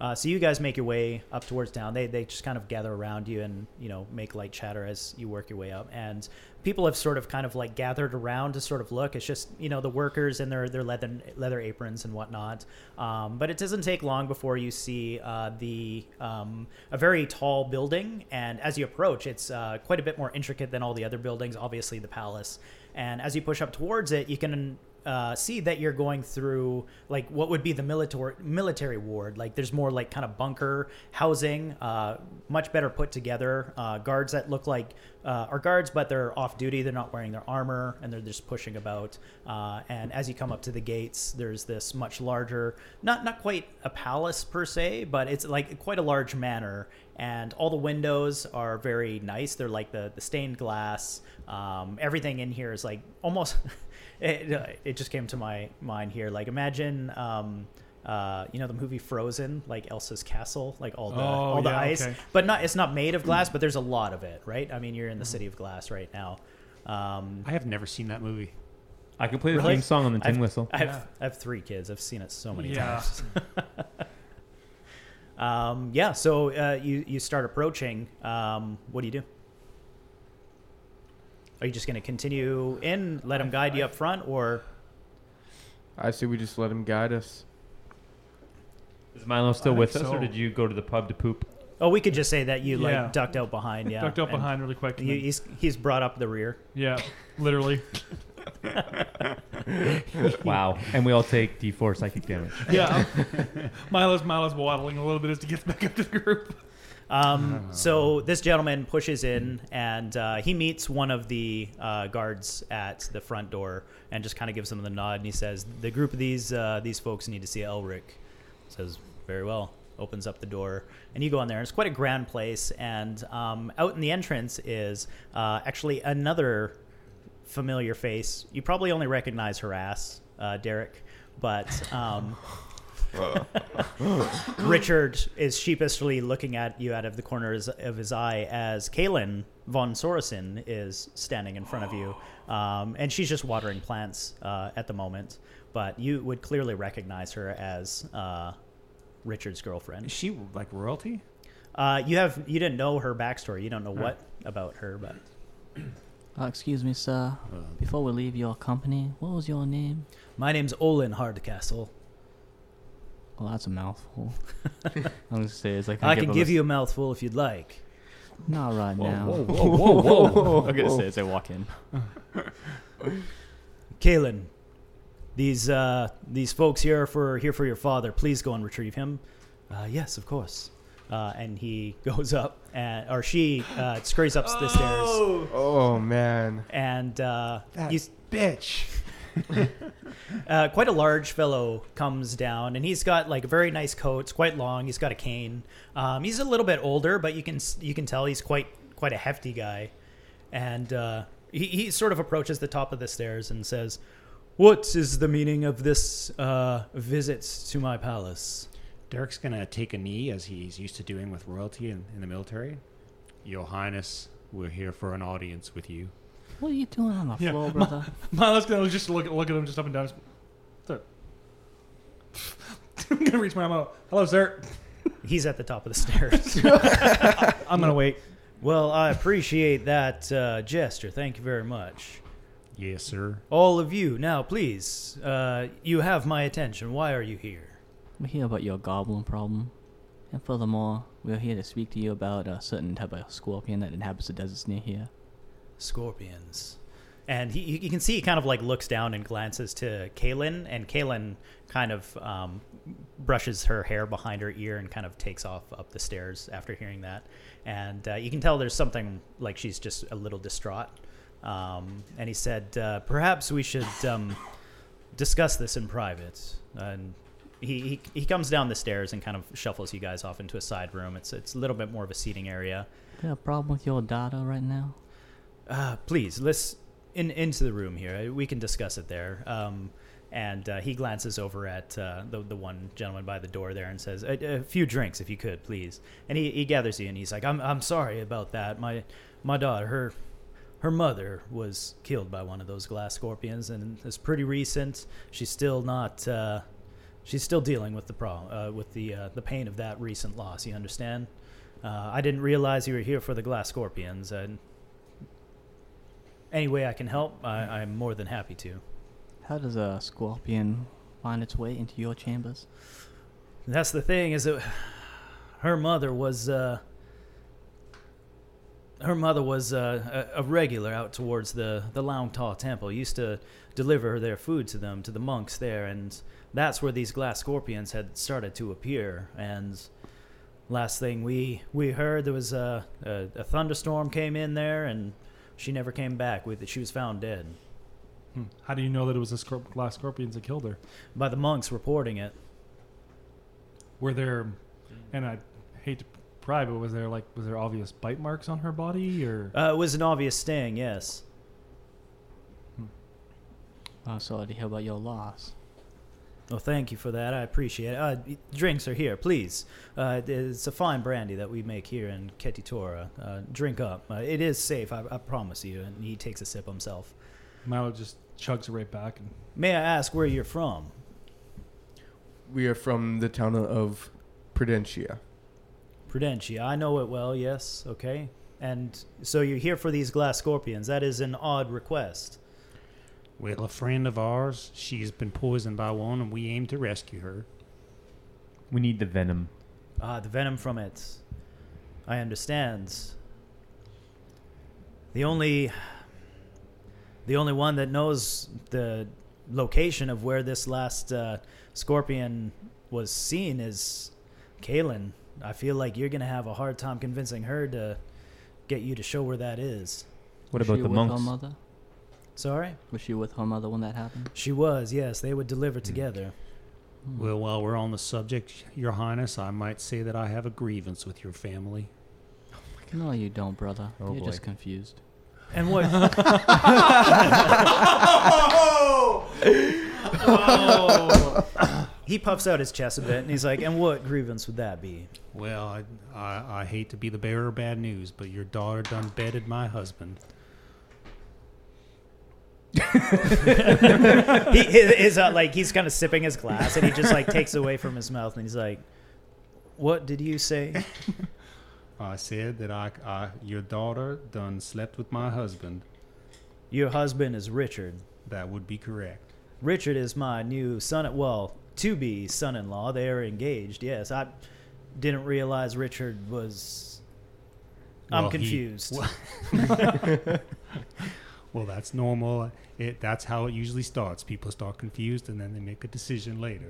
B: Uh, so you guys make your way up towards town. They they just kind of gather around you and you know make light chatter as you work your way up. And people have sort of kind of like gathered around to sort of look. It's just you know the workers in their their leather leather aprons and whatnot. Um, but it doesn't take long before you see uh, the um, a very tall building. And as you approach, it's uh, quite a bit more intricate than all the other buildings. Obviously the palace. And as you push up towards it, you can uh, see that you're going through like what would be the military military ward. Like there's more like kind of bunker housing, uh, much better put together. Uh, guards that look like uh, are guards, but they're off duty. They're not wearing their armor and they're just pushing about. Uh, and as you come up to the gates, there's this much larger, not not quite a palace per se, but it's like quite a large manor. And all the windows are very nice. They're like the, the stained glass. Um, everything in here is like almost. it, uh, it just came to my mind here. Like imagine, um, uh, you know, the movie Frozen, like Elsa's castle, like all the
I: Oh,
B: all the
I: yeah,
B: ice,
I: okay.
B: but not it's not made of glass, but there's a lot of it, right? I mean, you're in
E: Mm-hmm.
B: the city of glass right now. Um,
K: I have never seen that movie.
E: I can play the
B: Really?
E: theme song on the tin
B: I've-
E: whistle.
B: I have, I have three kids. I've seen it so many
I: Yeah.
B: times. um, yeah. So uh, you you start approaching. Um, what do you do? Are you just going to continue in? Let them guide you up front, or
C: I say we just let him guide us.
E: Is Milo still
I: I
E: with us,
I: think
E: or
I: so.
E: did you go to the pub to poop?
B: oh, we could just say that you
I: Yeah.
B: like ducked out behind. Yeah,
I: Ducked out
B: and
I: behind really quick and
B: You,
I: then-
B: he's he's brought up the rear.
I: Yeah, literally.
E: wow. And we all take D4 psychic damage.
I: yeah. Milo's Milo's waddling a little bit as he gets back up to the group.
B: Um, so this gentleman pushes in and uh, he meets one of the uh, guards at the front door and just kind of gives him the nod and he says, "The group of these uh, these folks need to see Elric." Says, "Very well." Opens up the door and you go in there. It's quite a grand place and um, out in the entrance is uh, actually another familiar face. You probably only recognize her ass, uh, Derek, but. Um, Richard is sheepishly looking at you out of the corners of his eye as Kaylin von Sorensen is standing in front of you, um, and she's just watering plants uh, at the moment. But you would clearly recognize her as uh, Richard's girlfriend.
K: Is she like royalty?
B: Uh, you have you didn't know her backstory. You don't know what about her, but
L: Uh, excuse me, sir. Before we leave your company, what was your name?
B: my name's Olin Hardcastle.
L: Well, that's a mouthful. I'm gonna say it's like
B: I can give you a mouthful if you'd like.
L: Not right now.
F: whoa, whoa, whoa, whoa. I'm gonna say as I walk in.
B: Kalen, these uh, these folks here are for here for your father. Please go and retrieve him. Uh, yes, of course. Uh, and he goes up, and, or she uh, scurries up the stairs,
C: Oh man.
B: and uh,
K: That
B: he's
K: bitch.
B: uh, quite a large fellow comes down, and he's got like a very nice coat. It's quite long. He's got a cane. Um, he's a little bit older, but you can s- you can tell he's quite quite a hefty guy. And uh, he, he sort of approaches the top of the stairs and says, What is the meaning of this uh, visit to my palace?
K: Derek's going to take a knee as he's used to doing with royalty in, in the military. Your Highness, we're here for an audience with you.
L: What are you doing on the
I: Yeah.
L: floor,
I: Ma-
L: brother?
I: Milo's gonna just look look at him just up and down. Just, "Sir." I'm gonna reach my arm out. Hello, sir.
B: He's at the top of the stairs.
I: I'm gonna wait.
B: Well, I appreciate that uh, gesture. Thank you very much.
K: Yes, sir.
B: All of you, now please, uh, you have my attention. Why are you here?
L: We're here about your goblin problem. And furthermore, we're here to speak to you about a certain type of scorpion that inhabits the deserts near here.
B: Scorpions. And he, you- you can see he kind of like looks down and glances to Kaylin, and Kaylin kind of um, brushes her hair behind her ear and kind of takes off up the stairs after hearing that. And uh, you can tell there's something like she's just a little distraught. Um, and he said, uh, perhaps we should um, discuss this in private. And he, he, he comes down the stairs and kind of shuffles you guys off into a side room. It's, it's a little bit more of a seating area.
L: You got a problem with your data right now?
B: Uh, please, let's in into the room here. We can discuss it there. Um, and uh, he glances over at uh, the the one gentleman by the door there and says, "A, a few drinks, if you could, please." And he, he gathers you and he's like, "I'm I'm sorry about that. My my daughter, her her mother was killed by one of those glass scorpions, and it's pretty recent. She's still not." Uh, She's still dealing with the problem, uh, with the uh, the pain of that recent loss. You understand? Uh, I didn't realize you were here for the glass scorpions, and any way I can help, I, I'm more than happy to.
L: How does a scorpion find its way into your chambers?
B: And that's the thing is that her mother was uh, her mother was uh, a, a regular out towards the the Long Ta Temple. Used to deliver their food to them to the monks there, and that's where these glass scorpions had started to appear. And last thing we we heard, there was a, a, a thunderstorm came in there, and she never came back. With she was found dead.
I: Hmm. How do you know that it was the scor- glass scorpions that killed her?
B: By the monks reporting it.
I: Were there, and I hate to pry, but was there like was there obvious bite marks on her body or?
B: Uh, it was an obvious sting, yes.
L: I'm sorry to Oh, hear about your loss.
B: Well, thank you for that. I appreciate it. Uh, drinks are here, please. Uh, it's a fine brandy that we make here in Ketitora. Uh, drink up. Uh, it is safe, I, I promise you. And he takes a sip himself.
I: Milo just chugs it right back. And
B: May I ask where you're from?
C: We are from the town of Prudentia.
B: Prudentia. I know it well, yes. Okay. And so you're here for these glass scorpions. That is an odd request.
K: Well, a friend of ours, she's been poisoned by one, and we aim to rescue her.
E: We need the venom.
B: Ah, the venom from it. I understand. The only the only one that knows the location of where this last uh, scorpion was seen is Kaylin. I feel like you're gonna have a hard time convincing her to get you to show where that is.
E: What
L: Was
E: about
L: she
E: the
L: with
E: monks?
L: Her mother?
B: Sorry?
L: Was she with her mother when that happened?
B: She was, yes. They would
L: Mm.
B: deliver together. Hmm.
K: Well, while we're on the subject, Your Highness, I might say that I have a grievance with your family.
L: No, you don't, brother.
K: Oh,
L: You're
K: boy.
L: just confused.
B: And what? Oh! He puffs out his chest a bit and he's like, "And what grievance would that be?"
K: Well, I, I, I hate to be the bearer of bad news, but your daughter done bedded my husband.
B: he his, his, uh, like he's kind of sipping his glass and he just like takes away from his mouth and he's like what did you say
K: I said that I, I your daughter done slept with my husband.
B: your husband is richard
K: That would be correct.
B: richard is my new son well to be son-in-law they are engaged yes i didn't realize richard was i'm
K: Well, he-
B: confused
K: well- well, that's normal. It that's how it usually starts. People start confused and then they make a decision later.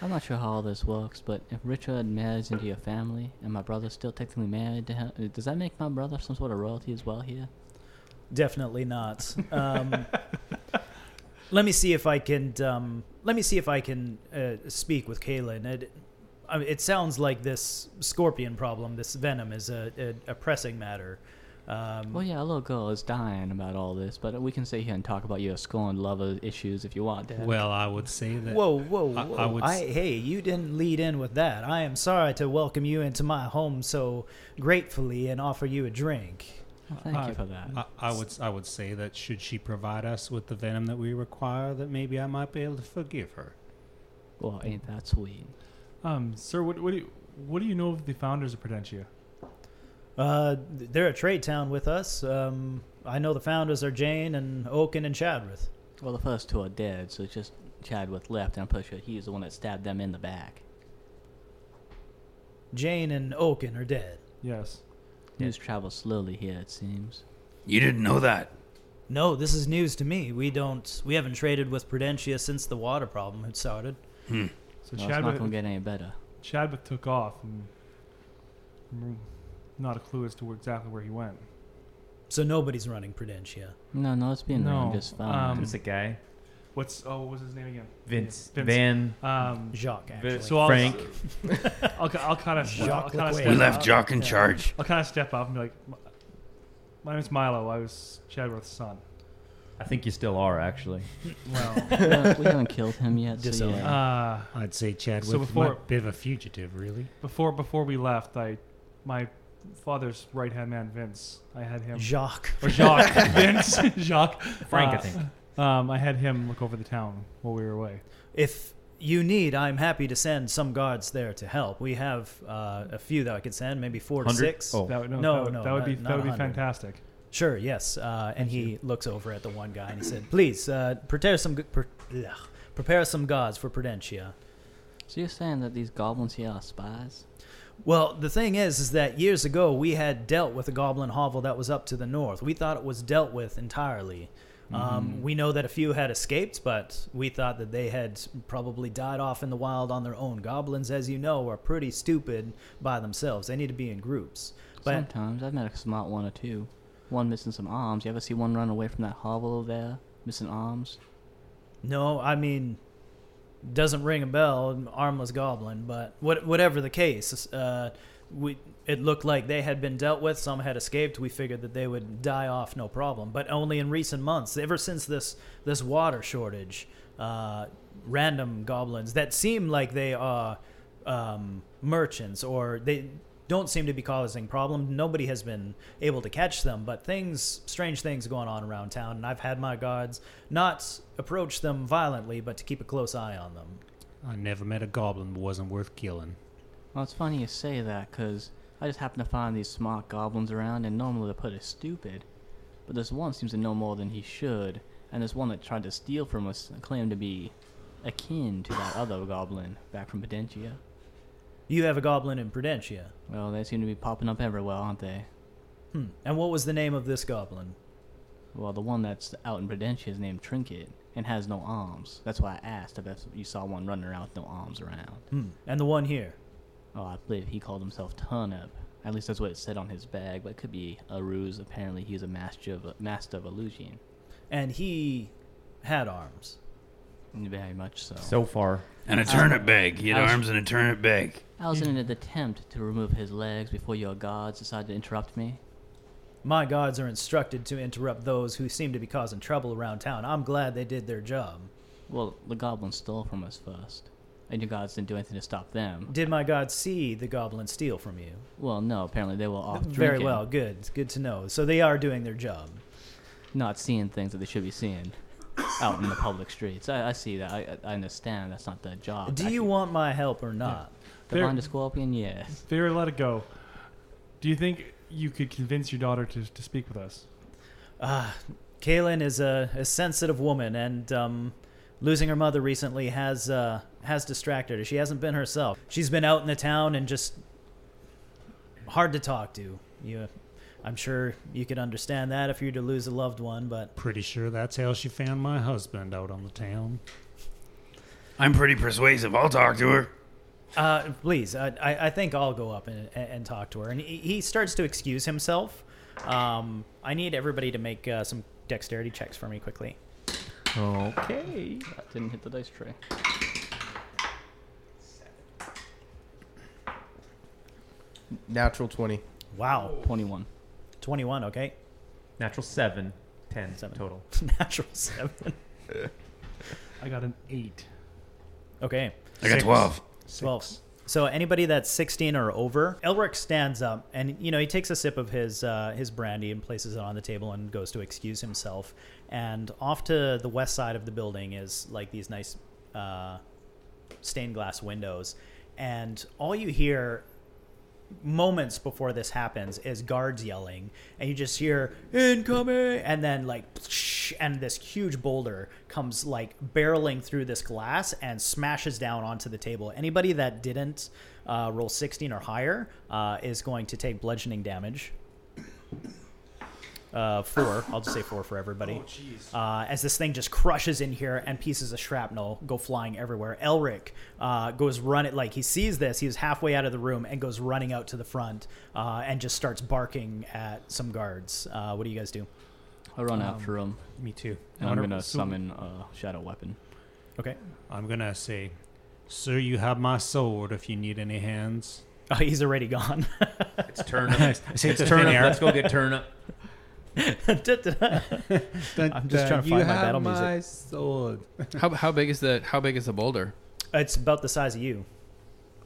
L: I'm not sure how all this works, but if Richard marries into your family and my brother's still technically married to him, does that make my brother some sort of royalty as well here?
B: Definitely not. Um, let me see if I can. Um, let me see if I can uh, speak with Kaylin. It, I mean, it sounds like this scorpion problem, this venom, is a, a, a pressing matter.
K: Mm.
B: Um,
L: well, yeah, a little girl is dying about all this, but we can sit here and talk about your school and love issues if you want. Dad.
K: Well, I would say that.
B: Whoa, whoa, whoa!
K: Uh, I, I would. s-
B: hey, you didn't lead in with that. I am sorry to welcome you into my home so gratefully and offer you a drink.
K: I- I, I would. s- I would say that should she provide us with the venom that we require, that maybe I might be able to forgive her.
L: Well, ain't that sweet?
K: Uh,
I: Um, sir, what, what do you what do you know of the founders of Potentia?
B: Uh, th- they're a trade town with us. Um, I know the founders are Jane and Oaken and Chadrith.
L: Well, the first two are dead, so it's just Chadwick left, and I'm pretty sure he's the one that stabbed them in the back.
B: Jane and oh, Oaken are dead.
I: Yes.
L: News travels slowly here, it seems.
J: You didn't know that.
B: No, this is news to me. We don't. We haven't traded with Prudentia since the water problem had started.
J: Hmm.
I: So
L: Well, it's
I: Chadwick-
L: not gonna get any better.
I: Chadwick took off, and mm, not a clue as to where, exactly where he went.
B: So nobody's running Prudentia.
L: No, no, it's being
I: No,
L: run just fine.
I: um,
E: It's a guy.
I: What's oh, what was his name again?
E: Vince.
I: Vince.
E: Van.
I: Um,
B: Jacques,
I: Vi-
B: actually.
I: So I'll,
E: Frank.
I: I'll, I'll kind of.
B: Jacques
I: I'll kind of
B: Lequay.
I: step
J: We left
I: up.
J: Jacques in charge.
I: I'll kind of step up and be like, "My name's Milo. I was Chadworth's son."
E: I think you still are, actually.
I: Well,
L: we haven't killed him yet, so Disowned. yeah.
I: Uh,
K: I'd say Chadwick
I: so before-
K: might be a fugitive, really.
I: Before before we left, I my father's right hand man Vince. I had him
B: Jacques.
I: or Jacques Vince Jacques
E: Frank, I
I: uh,
E: think.
I: Um, I had him look over the town while we were away.
B: If you need, I'm happy to send some guards there to help. We have uh, a few that I could send, maybe four to
I: 100?
B: six.
I: Oh. That would-
B: no, no,
I: no, that would- that would
B: not-
I: be-
B: not
I: that would be
B: 100.
I: fantastic.
B: Sure, yes. Uh, and he looks over at the one guy and he said, "Please uh, prepare some gu- pre- ugh, prepare some guards for Prudentia."
L: So you're saying that these goblins here are spies?
B: Well, the thing is, is that years ago we had dealt with a goblin hovel that was up to the north. We thought it was dealt with entirely. Um, we know that a few had escaped, but we thought that they had probably died off in the wild on their own. Goblins, as you know, are pretty stupid by themselves. They need to be in groups. But
L: Sometimes I've met a smart one or two. One missing some arms. You ever see one run away from that hovel over there, missing arms?
B: No, I mean, doesn't ring a bell, an armless goblin. But what, whatever the case, uh, we it looked like they had been dealt with. Some had escaped. We figured that they would die off no problem. But only in recent months, ever since this this water shortage, uh, random goblins that seem like they are um, merchants or they don't seem to be causing problem. Nobody has been able to catch them, but things, strange things going on around town, and I've had my guards not approach them violently, but to keep a close eye on them.
K: I never met a goblin that wasn't worth killing.
L: Well, it's funny you say that, 'cause I just happen to find these smart goblins around, and normally they're pretty stupid. But this one seems to know more than he should, and this one that tried to steal from us claimed to be akin to that other goblin back from Pedentia.
B: You have a goblin in Prudentia.
L: Well, they seem to be popping up everywhere, aren't they?
B: Hmm. And what was the name of this goblin?
L: Well, the one that's out in Prudentia is named Trinket and has no arms. That's why I asked if that's- you saw one running around with no arms around.
B: Hmm. And the one here.
L: Oh, I believe he called himself Turnip. At least that's what it said on his bag, but it could be a ruse. Apparently, he's a master of master of illusion.
B: And he had arms.
L: Very much so.
E: So far.
J: And a turnip bag. He had arms and a turnip bag.
L: I was in an attempt to remove his legs before your guards decided to interrupt me.
B: My guards are instructed to interrupt those who seem to be causing trouble around town. I'm glad they did their job.
L: Well, the goblin stole from us first, and your guards didn't do anything to stop them.
B: Did my guards see the goblin steal from you?
L: Well, no, apparently they were off
B: Very
L: drinking,
B: well, good. It's Good to know. So they are doing their job.
L: not seeing things that they should be seeing out in the public streets. I, I see that. I, I understand. That's not their job.
B: Do you want my help or not?
L: The
I: Fair-
L: Bond of Scorpion, yes.
I: Vera, let it go. Do you think you could convince your daughter to, to speak with us?
B: Ah, Kaylin is a, a sensitive woman, and um, losing her mother recently has uh, has distracted her. She hasn't been herself. She's been out in the town and just hard to talk to. You, I'm sure you could understand that if you were to lose a loved one, but
K: Pretty sure that's how she found my husband out on the town.
J: I'm pretty persuasive. I'll talk to her.
B: Uh, please, I, I I think I'll go up and, and talk to her. And he, he starts to excuse himself. Um, I need everybody to make uh, some dexterity checks for me quickly.
E: Okay.
L: That didn't hit the dice tray.
C: Natural 20.
B: Wow.
L: 21.
B: 21, okay.
E: Natural 7. 10 total.
B: Natural 7.
I: I got an 8.
B: Okay.
J: I got Six. 12.
B: 12. So anybody that's 16 or over, Elric stands up and you know he takes a sip of his uh, his brandy and places it on the table and goes to excuse himself. And off to the west side of the building is like these nice uh, stained glass windows, and all you hear moments before this happens is guards yelling and you just hear incoming and then like and this huge boulder comes like barreling through this glass and smashes down onto the table anybody that didn't uh, roll 16 or higher uh, is going to take bludgeoning damage uh, four i'll just say four for everybody
I: Oh, jeez.
B: uh, as this thing just crushes in here and pieces of shrapnel go flying everywhere. Elric uh, goes running, like he sees this, he's halfway out of the room and goes running out to the front uh, and just starts barking at some guards. Uh, what do you guys do?
F: I run
B: Um,
F: after him.
K: Me too.
F: And I'm
K: Honor-
F: gonna
K: so-
F: summon uh, a
L: Oh,
F: shadow weapon.
B: Okay.
K: I'm gonna say, "Sir, you have my sword. If you need any hands."
B: Oh, he's already gone.
E: it's turn up.
K: I say
E: It's
K: to
E: turn
K: thin
E: up.
K: air.
E: Let's go get turn up.
B: I'm just trying to find my battle music.
K: sword.
G: how, how big is the how big is the boulder?
B: It's about the size of you.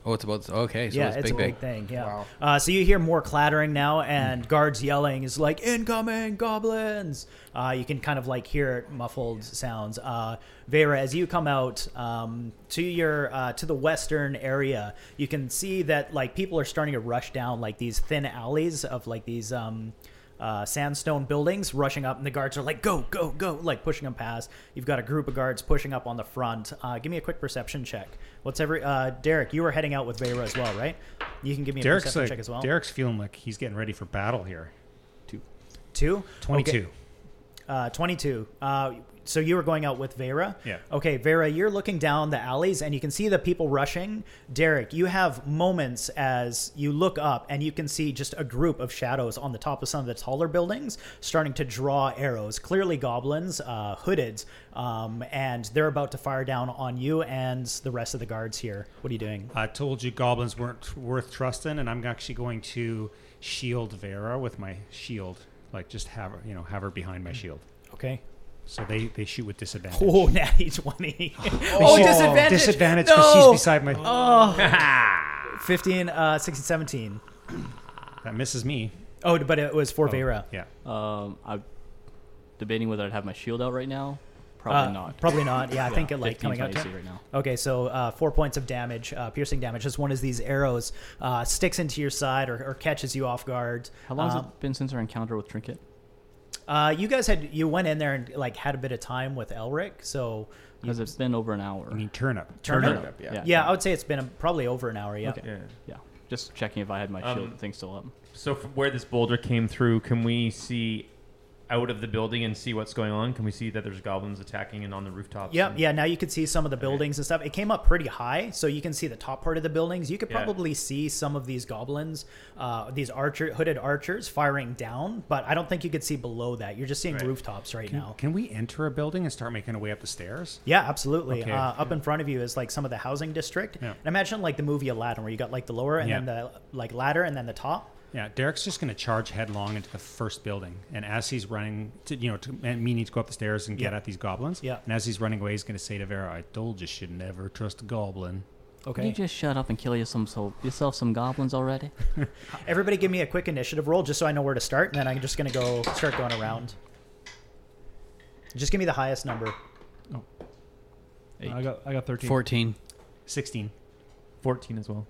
G: Oh, it's about okay. So
B: yeah,
G: it's,
B: it's
G: big,
B: a big
G: big. Hmm.
B: thing. Yeah. Uh, so you hear more clattering now, and guards yelling is like incoming goblins. Uh, you can kind of like hear muffled sounds. Uh, Vera, as you come out um, to your uh, to the western area, you can see that like people are starting to rush down like these thin alleys of like these. Um, uh, sandstone buildings rushing up, and the guards are like, "Go, go, go!" Like pushing them past. You've got a group of guards pushing up on the front. Uh, give me a quick perception check. What's every uh, Derek? You were heading out with Vera as well, right? You can give me a
K: Derek's
B: perception
K: like,
B: check as well.
K: Derek's feeling like he's getting ready for battle here.
B: two,
K: 22.
B: Okay. Uh, twenty-two. Uh, so you were going out with Vera.
K: Yeah.
B: Okay, Vera, you're looking down the alleys and you can see the people rushing. Derek, you have moments as you look up and you can see just a group of shadows on the top of some of the taller buildings starting to draw arrows. Clearly, goblins, uh, hooded, um, and they're about to fire down on you and the rest of the guards here. What are you doing?
K: I told you goblins weren't worth trusting, and I'm actually going to shield Vera with my shield. Like just have her, you know, have her behind my shield.
B: Okay.
K: So they they shoot with disadvantage.
B: Oh, natty 20.
K: Oh, disadvantage! disadvantage 'cause she's beside my-
B: Oh. 15, uh, 16, 17.
K: That misses me.
B: Oh, but it was for Vera.
K: Yeah.
F: Um, I'm debating whether I'd have my shield out right now. Probably
B: Uh,
F: not.
B: Probably not. Yeah, I think it like
F: 15 's
B: coming out
F: my
B: to-
F: AC right now.
B: Okay, so uh, four points of damage, uh, piercing damage. Just one of these arrows uh, sticks into your side or, or catches you off guard.
F: How long has
B: Um,
F: it been since our encounter with Trinket?
B: Uh, you guys had you went in there and like had a bit of time with Elric, so you-
F: Because it's been over an hour. I
K: mean, turnip.
B: turnip. yeah. I would say it's been a, probably over an hour. Yeah.
F: Okay. Yeah. Just checking if I had my
E: Um,
F: shield thing still up.
E: So from where this boulder came through, can we see out of the building and see what's going on? Can we see that there's goblins attacking and on the rooftops?
B: Yeah,
E: and-
B: yeah. Now you can see some of the buildings and stuff. It came up pretty high, so you can see the top part of the buildings. You could
E: Yeah.
B: probably see some of these goblins, uh, these archer hooded archers firing down, but I don't think you could see below that. You're just seeing rooftops right
K: Can,
B: now.
K: can we enter a building and start making our way up the stairs?
B: Yeah, absolutely.
K: Okay.
B: Uh, up in front of you is like some of the housing district.
K: Yeah.
B: And imagine like the movie Aladdin, where you got like the lower and
K: Yeah.
B: then the like ladder and then the top.
K: Yeah, Derek's just going to charge headlong into the first building, and as he's running, to, you know, to, and meaning to go up the stairs and get
B: Yeah.
K: at these goblins.
B: Yeah.
K: And as he's running away, he's going to say to Vera, "I told you should never trust a goblin."
F: Can you just shut up and kill you some, so, yourself some goblins already?
B: Everybody, give me a quick initiative roll just so I know where to start, and then I'm just gonna go start going around. Just give me the highest number.
I: I got I got 13.
G: 14.
K: 16.
E: 14 as well.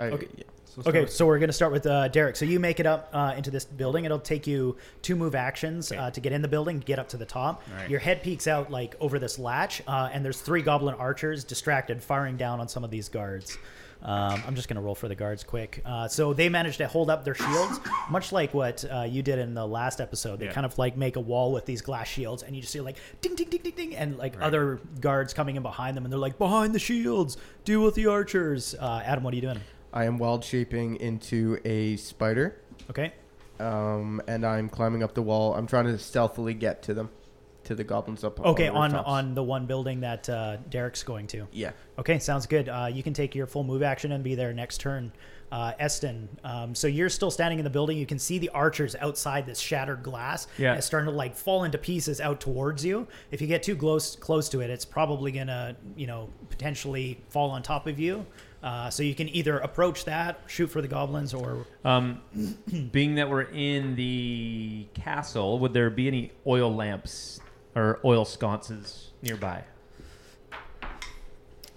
B: Okay.
I: So
B: okay,
I: start-
B: so we're going to start with uh, Derek. So you make it up uh, into this building. It'll take you two move actions uh, to get in the building, get up to the top.
K: All right.
B: Your head peeks out like over this latch, uh, and there's three goblin archers distracted, firing down on some of these guards. Um, I'm just going to roll for the guards quick. Uh, so they managed to hold up their shields, much like what uh, you did in the last episode. They
K: Yeah.
B: kind of like make a wall with these glass shields, and you just see like ding, ding, ding, ding, ding, and like other guards coming in behind them, and they're like behind the shields, deal with the archers. Uh, Adam, what are you doing?
C: I am wild shaping into a spider.
B: Okay.
C: Um, and I'm climbing up the wall. I'm trying to stealthily get to them, to the goblins up.
B: Okay, on
C: rooftops.
B: on the one building that uh, Derek's going to.
C: Yeah.
B: Okay, sounds good. Uh, you can take your full move action and be there next turn, uh, Eston. Um, so you're still standing in the building. You can see the archers outside this shattered glass.
E: Yeah.
B: It's starting to like fall into pieces out towards you. If you get too close close to it, it's probably gonna you know potentially fall on top of you. Uh, so you can either approach that, shoot for the goblins, or
E: Um, being that we're in the castle, would there be any oil lamps or oil sconces nearby?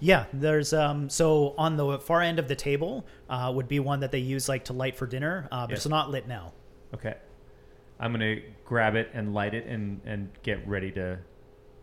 B: Yeah, there's um so on the far end of the table uh, would be one that they use like to light for dinner, uh, but
E: Yeah.
B: it's not lit now.
E: Okay, I'm gonna grab it and light it and and get ready to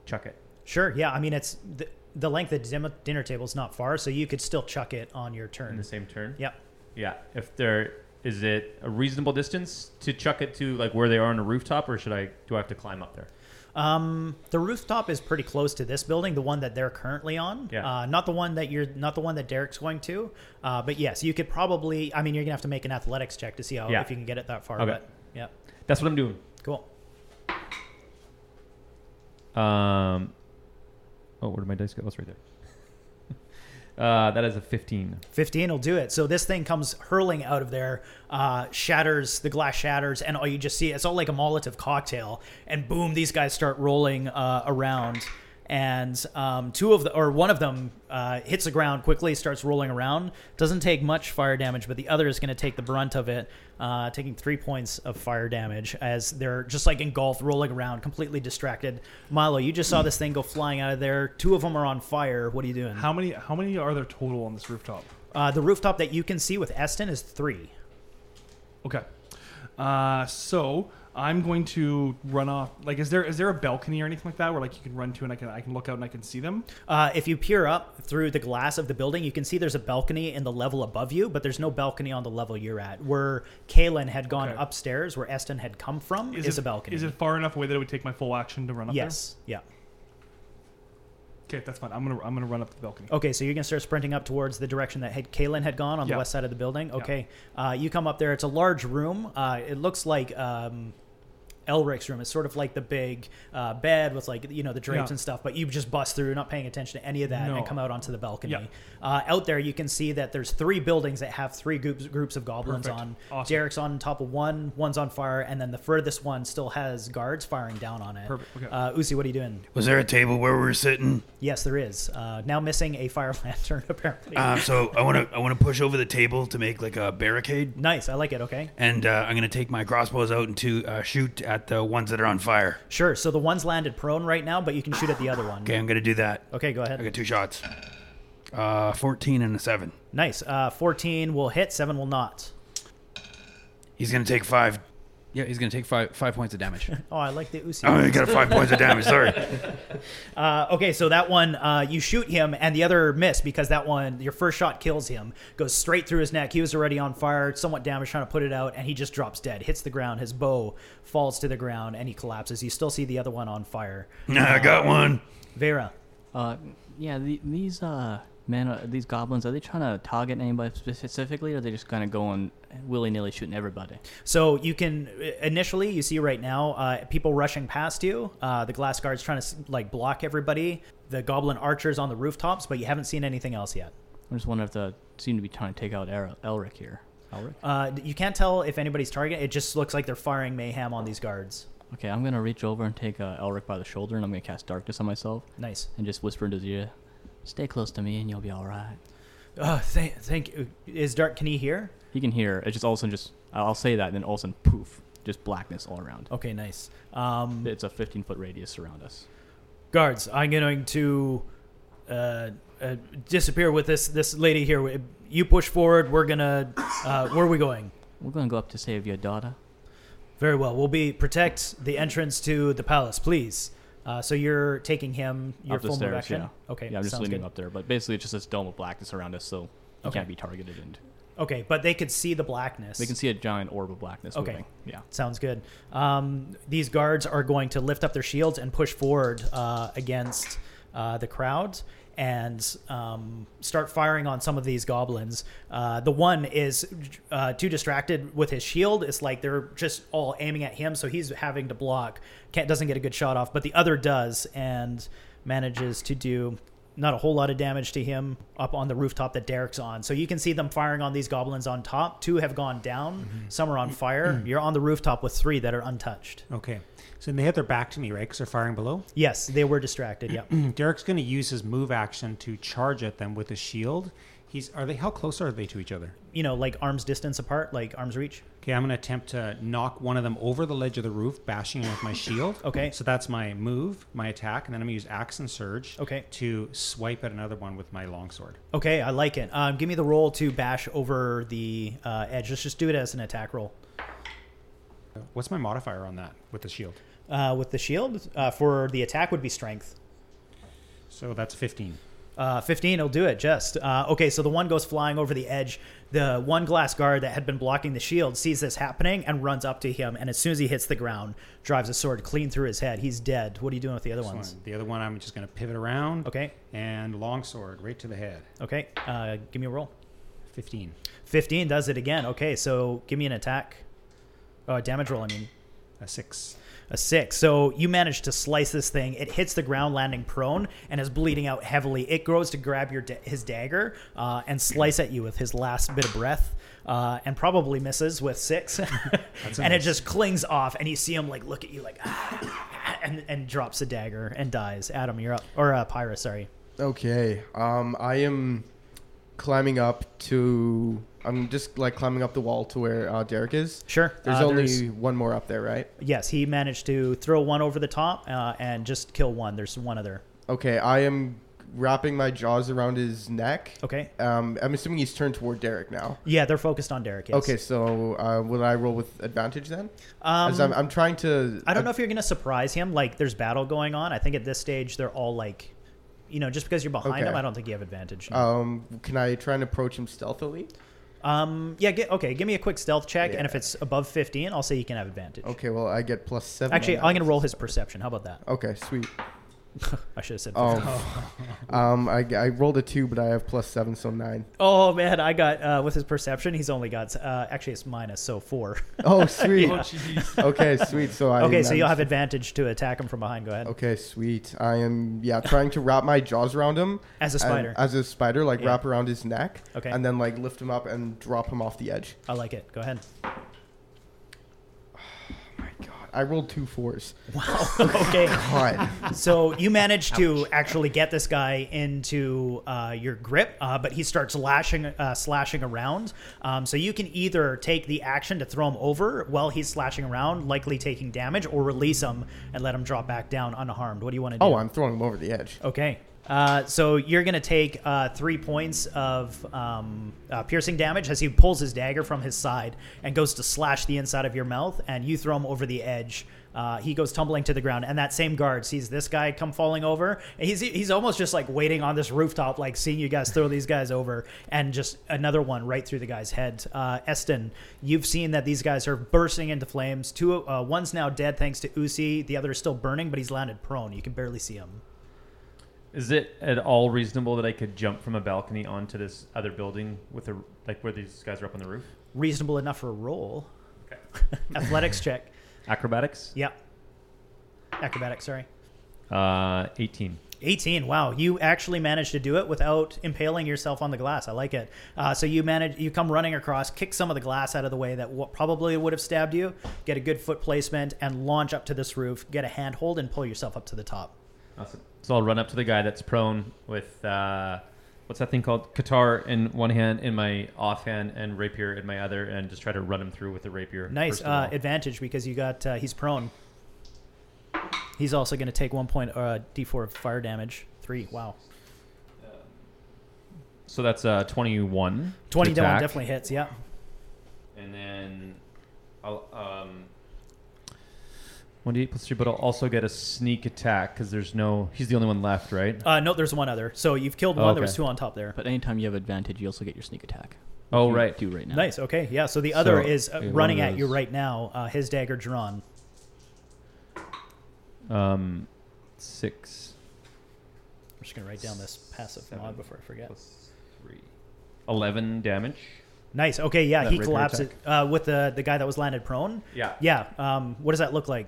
E: chuck it.
B: Sure, yeah, I mean it's the, the length of the dim- dinner table is not far, so you could still chuck it on your turn.
E: In the same turn?
B: Yep.
E: Yeah. If there is it a reasonable distance to chuck it to like where they are on the rooftop, or should I do I have to climb up there?
B: Um, the rooftop is pretty close to this building, the one that they're currently on.
E: Yeah.
B: Uh, not the one that you're, not the one that Derek's going to. Uh, but yes, you could probably. I mean, you're gonna have to make an athletics check to see how
E: Yeah.
B: Oh, if you can get it that far.
E: Okay.
B: But yep.
E: That's what I'm doing.
B: Cool.
E: Um. Oh, where did my dice go? That's right there. uh, that is a 15.
B: 15 will do it. So this thing comes hurling out of there, uh, shatters, the glass shatters, and all you just see, it's all like a Molotov cocktail. And boom, these guys start rolling uh, around. And um, two of the, or one of them uh, hits the ground quickly, starts rolling around. Doesn't take much fire damage, but the other is going to take the brunt of it, uh, taking three points of fire damage as they're just like engulfed, rolling around, completely distracted. Milo, you just saw this thing go flying out of there. Two of them are on fire. What are you doing?
I: How many how many are there total on this rooftop?
B: Uh, the rooftop that you can see with Eston is three.
I: Okay. Uh, so I'm going to run off. Like, is there is there a balcony or anything like that where like you can run to and I can I can look out and I can see them?
B: Uh, if you peer up through the glass of the building, you can see there's a balcony in the level above you, but there's no balcony on the level you're at. Where Kalen had gone upstairs, where Eston had come from, is,
I: it,
B: a balcony.
I: Is it far enough away that it would take my full action to run up
B: yes. Yeah.
I: there? Okay, that's fine. I'm gonna I'm gonna run up to the balcony.
B: Okay, so you're gonna start sprinting up towards the direction that had Kalen had gone on
I: Yeah.
B: the west side of the building. Okay, uh, you come up there. It's a large room. Uh, it looks like um, Elric's room. It's sort of like the big uh, bed with like you know the drapes
I: Yeah.
B: and stuff. But you just bust through, not paying attention to any of that,
I: No.
B: and come out onto the balcony.
I: Yeah.
B: Uh, out there, you can see that there's three buildings that have three groups groups of goblins
I: Perfect.
B: on.
I: Awesome.
B: Derek's on top of one. One's on fire, and then the furthest one still has guards firing down on it.
I: Perfect, okay.
B: Uh, Uzi, what are you doing?
J: Was there a table where we were sitting?
B: Yes, there is. Uh, now missing a fire lantern, apparently.
J: Uh, so I want to I want to push over the table to make like a barricade,
B: Nice, I like it. Okay.
J: and uh, I'm gonna take my crossbows out and to uh, shoot at the ones that are on fire.
B: Sure. So the one's landed prone right now, but you can shoot at the other one.
J: Okay, I'm gonna do that.
B: Okay, go ahead.
J: I got two shots, uh, 14 and a seven.
B: Nice. Uh, 14 will hit, 7 will not.
J: He's gonna take five.
G: Yeah, he's gonna take five five points of damage.
B: Oh, I like the Uzi.
J: Oh, I got five points of damage. Sorry.
B: Uh, okay, so that one, uh, you shoot him, and the other miss because that one, your first shot kills him, goes straight through his neck. He was already on fire, somewhat damaged, trying to put it out, and he just drops dead, hits the ground. His bow falls to the ground, and he collapses. You still see the other one on fire.
J: Nah, I got one.
B: Vera.
L: Um, Uh, yeah, the, these uh men, uh, these goblins, are they trying to target anybody specifically, or are they just kind of going willy nilly shooting everybody?
B: So you can initially you see right now uh, people rushing past you. Uh, the glass guards trying to like block everybody. The goblin archers on the rooftops, but you haven't seen anything else yet.
L: I'm just wondering if they seem to be trying to take out El- Elric here. Elric.
B: Uh, you can't tell if anybody's targeting. It just looks like they're firing mayhem on these guards.
L: Okay, I'm gonna reach over and take uh, Elric by the shoulder, and I'm gonna cast darkness on myself.
B: Nice.
L: And just whisper into his ear, "Stay close to me, and you'll be all right."
B: Oh, thank, thank you. Is Dark? Can he hear?
L: He can hear. It's just all of a sudden, just I'll I'll say that, and then all of a sudden, poof, just blackness all around.
B: Okay, nice. Um,
L: it's a 15 foot radius around us.
B: Guards, I'm going to uh, uh, disappear with this this lady here. You push forward. We're gonna. Uh, where are we going?
L: We're gonna go up to save your daughter.
B: Very well. We'll be protect the entrance to the palace, please. Uh, so you're taking him your
L: up the
B: full
L: stairs,
B: move action.
L: yeah.
B: Okay.
L: Yeah, I'm just
B: sounds
L: leaning
B: good.
L: up there, but basically it's just this dome of blackness around us, so he
B: Okay.
L: can't be targeted, and
B: Okay, but they could see the blackness.
L: they can see a giant orb of blackness
B: Okay.
L: moving. Yeah.
B: Sounds good. Um, these guards are going to lift up their shields and push forward uh, against uh, the crowd. and um, start firing on some of these goblins. Uh, the one is uh, too distracted with his shield. It's like they're just all aiming at him, so he's having to block. Can't, doesn't get a good shot off, but the other does and manages to do not a whole lot of damage to him up on the rooftop that Derek's on. So you can see them firing on these goblins on top. Two have gone down,
K: Mm-hmm.
B: some are on fire. You're on the rooftop with three that are untouched.
K: Okay. So they have their back to me, right? Because they're firing below?
B: Yes, they were distracted. Yep.
K: Derek's going to use his move action to charge at them with his shield. He's are they how close are they to each other?
B: You know, like arms distance apart, like arms reach.
K: Okay, I'm going to attempt to knock one of them over the ledge of the roof, bashing him with my shield.
B: Okay.
K: So that's my move, my attack, and then I'm going to use axe and surge.
B: Okay.
K: To swipe at another one with my longsword.
B: Okay, I like it. Um, give me the roll to bash over the uh, edge. Let's just do it as an attack roll.
K: What's my modifier on that with the shield?
B: Uh, with the shield, uh, for the attack would be strength.
K: So that's 15.
B: Uh, 15 will do it just uh, okay so the one goes flying over the edge the one glass guard that had been blocking the shield sees this happening and runs up to him and as soon as he hits the ground drives a sword clean through his head he's dead what are you doing with the other ones
K: Excellent. The other one, I'm just going to pivot around.
B: Okay.
K: And longsword right to the head.
B: okay uh, give me a roll
K: 15.
B: 15 does it again okay so give me an attack oh, a damage roll i mean
K: a six
B: a six so you manage to slice this thing it hits the ground landing prone and is bleeding out heavily it grows to grab your da- his dagger uh, and slice at you with his last bit of breath uh, and probably misses with six
K: That's
B: and it
K: nice.
B: just clings off and you see him like look at you like ah, and, and drops the dagger and dies adam you're up or uh, pyrus sorry
C: Okay. Um, I am climbing up to. I'm just like climbing up the wall to where uh, Derek is.
B: Sure.
C: There's
B: Uh,
C: only
B: there's-
C: one more up there, right?
B: yes he managed to throw one over the top uh, and just kill one there's one other
C: Okay. I am wrapping my jaws around his neck.
B: Okay.
C: Um, I'm assuming he's turned toward Derek now.
B: yeah they're focused on derek yes.
C: Okay, so uh, will I roll with advantage then?
B: Um,
C: As I'm, I'm trying to. uh,
B: I don't know if you're going to surprise him. Like, there's battle going on. I think at this stage, they're all like, you know, just because you're behind
C: Okay.
B: him, I don't think you have advantage.
C: Um, can I try and approach him stealthily?
B: Um, yeah, get, okay, give me a quick stealth check, and if it's above 15, I'll say you can have advantage.
C: Okay, well, I get plus Oh, seven. on
B: Actually,
C: that.
B: I'm going to roll his perception. How about that?
C: Okay, sweet.
B: I should have said
C: Oh, um, I, I rolled a two, but I have plus seven, so nine.
B: Oh, man, I got, uh, with his perception, he's only got, uh, actually, it's minus, so four.
C: Oh, sweet.
B: Yeah.
C: okay, sweet. So I
B: okay, so you'll
C: managed-
B: have advantage to attack him from behind. Go ahead.
C: Okay, sweet. I am yeah trying to wrap my jaws around him
B: As a
C: and-
B: spider.
C: as a spider, like
B: Yeah.
C: wrap around his neck.
B: Okay.
C: and then like lift him up and drop him off the edge.
B: I like it. Go ahead.
C: I rolled two fours.
B: Wow. okay.
C: God.
B: So you manage to actually get this guy into uh, your grip, uh, but he starts lashing, uh, slashing around. Um, so you can either take the action to throw him over while he's slashing around, likely taking damage, or release him and let him drop back down unharmed. What do you want to do?
C: Oh, I'm throwing him over the edge.
B: Okay. Uh, so you're going to take uh, three points of um, uh, piercing damage as he pulls his dagger from his side and goes to slash the inside of your mouth, and you throw him over the edge. Uh, he goes tumbling to the ground, and that same guard sees this guy come falling over. And he's he's almost just like waiting on this rooftop, like seeing you guys throw these guys over, and just another one right through the guy's head. Uh, Eston, you've seen that these guys are bursting into flames. Two, uh, one's now dead thanks to Usi. The other is still burning, but he's landed prone. You can barely see him.
E: Is it at all reasonable that I could jump from a balcony onto this other building with a like where these guys are up on the roof?
B: reasonable enough for a roll. Athletics check.
E: Acrobatics.
B: Yeah. Acrobatics, sorry.
E: Uh, eighteen.
B: 18. Wow, you actually managed to do it without impaling yourself on the glass. I like it. Uh, so you manage, you come running across, kick some of the glass out of the way that w- probably would have stabbed you, get a good foot placement, and launch up to this roof, get a handhold, and pull yourself up to the top.
E: Awesome. So I'll run up to the guy that's prone with uh, what's that thing called? Qatar in one hand, in my offhand, and rapier in my other, and just try to run him through with the rapier.
B: Nice
E: first of
B: uh,
E: all.
B: advantage because you got uh, he's prone. He's also going to take one point uh, d4 of fire damage. Three. Wow.
E: so that's uh, twenty-one. to
B: 20 down
E: attack.
B: definitely hits. Yeah.
E: And then I'll um. 1d8 plus 3, but I'll also get a sneak attack because there's no. He's the only one left, right?
B: Uh, no, there's one other. So you've killed
E: Oh,
B: one. There was
E: okay.
B: two on top there.
L: But anytime you have advantage, you also get your sneak attack. which
E: Oh,
L: you
E: right.
L: Do right now.
B: Nice. Okay. Yeah. So the
L: So,
B: other is
L: yeah,
B: uh,
L: one
B: running
L: of
B: at you
L: those.
B: right now. Uh, his dagger drawn.
E: Um, 6.
B: I'm just gonna write down this passive mod before I forget.
E: three. Eleven damage.
B: Nice. Okay. Yeah,
E: That
B: he
E: rapier
B: collapsed it
E: attack.
B: uh, with the the guy that was landed prone.
E: Yeah.
B: Yeah. Um, what does that look like?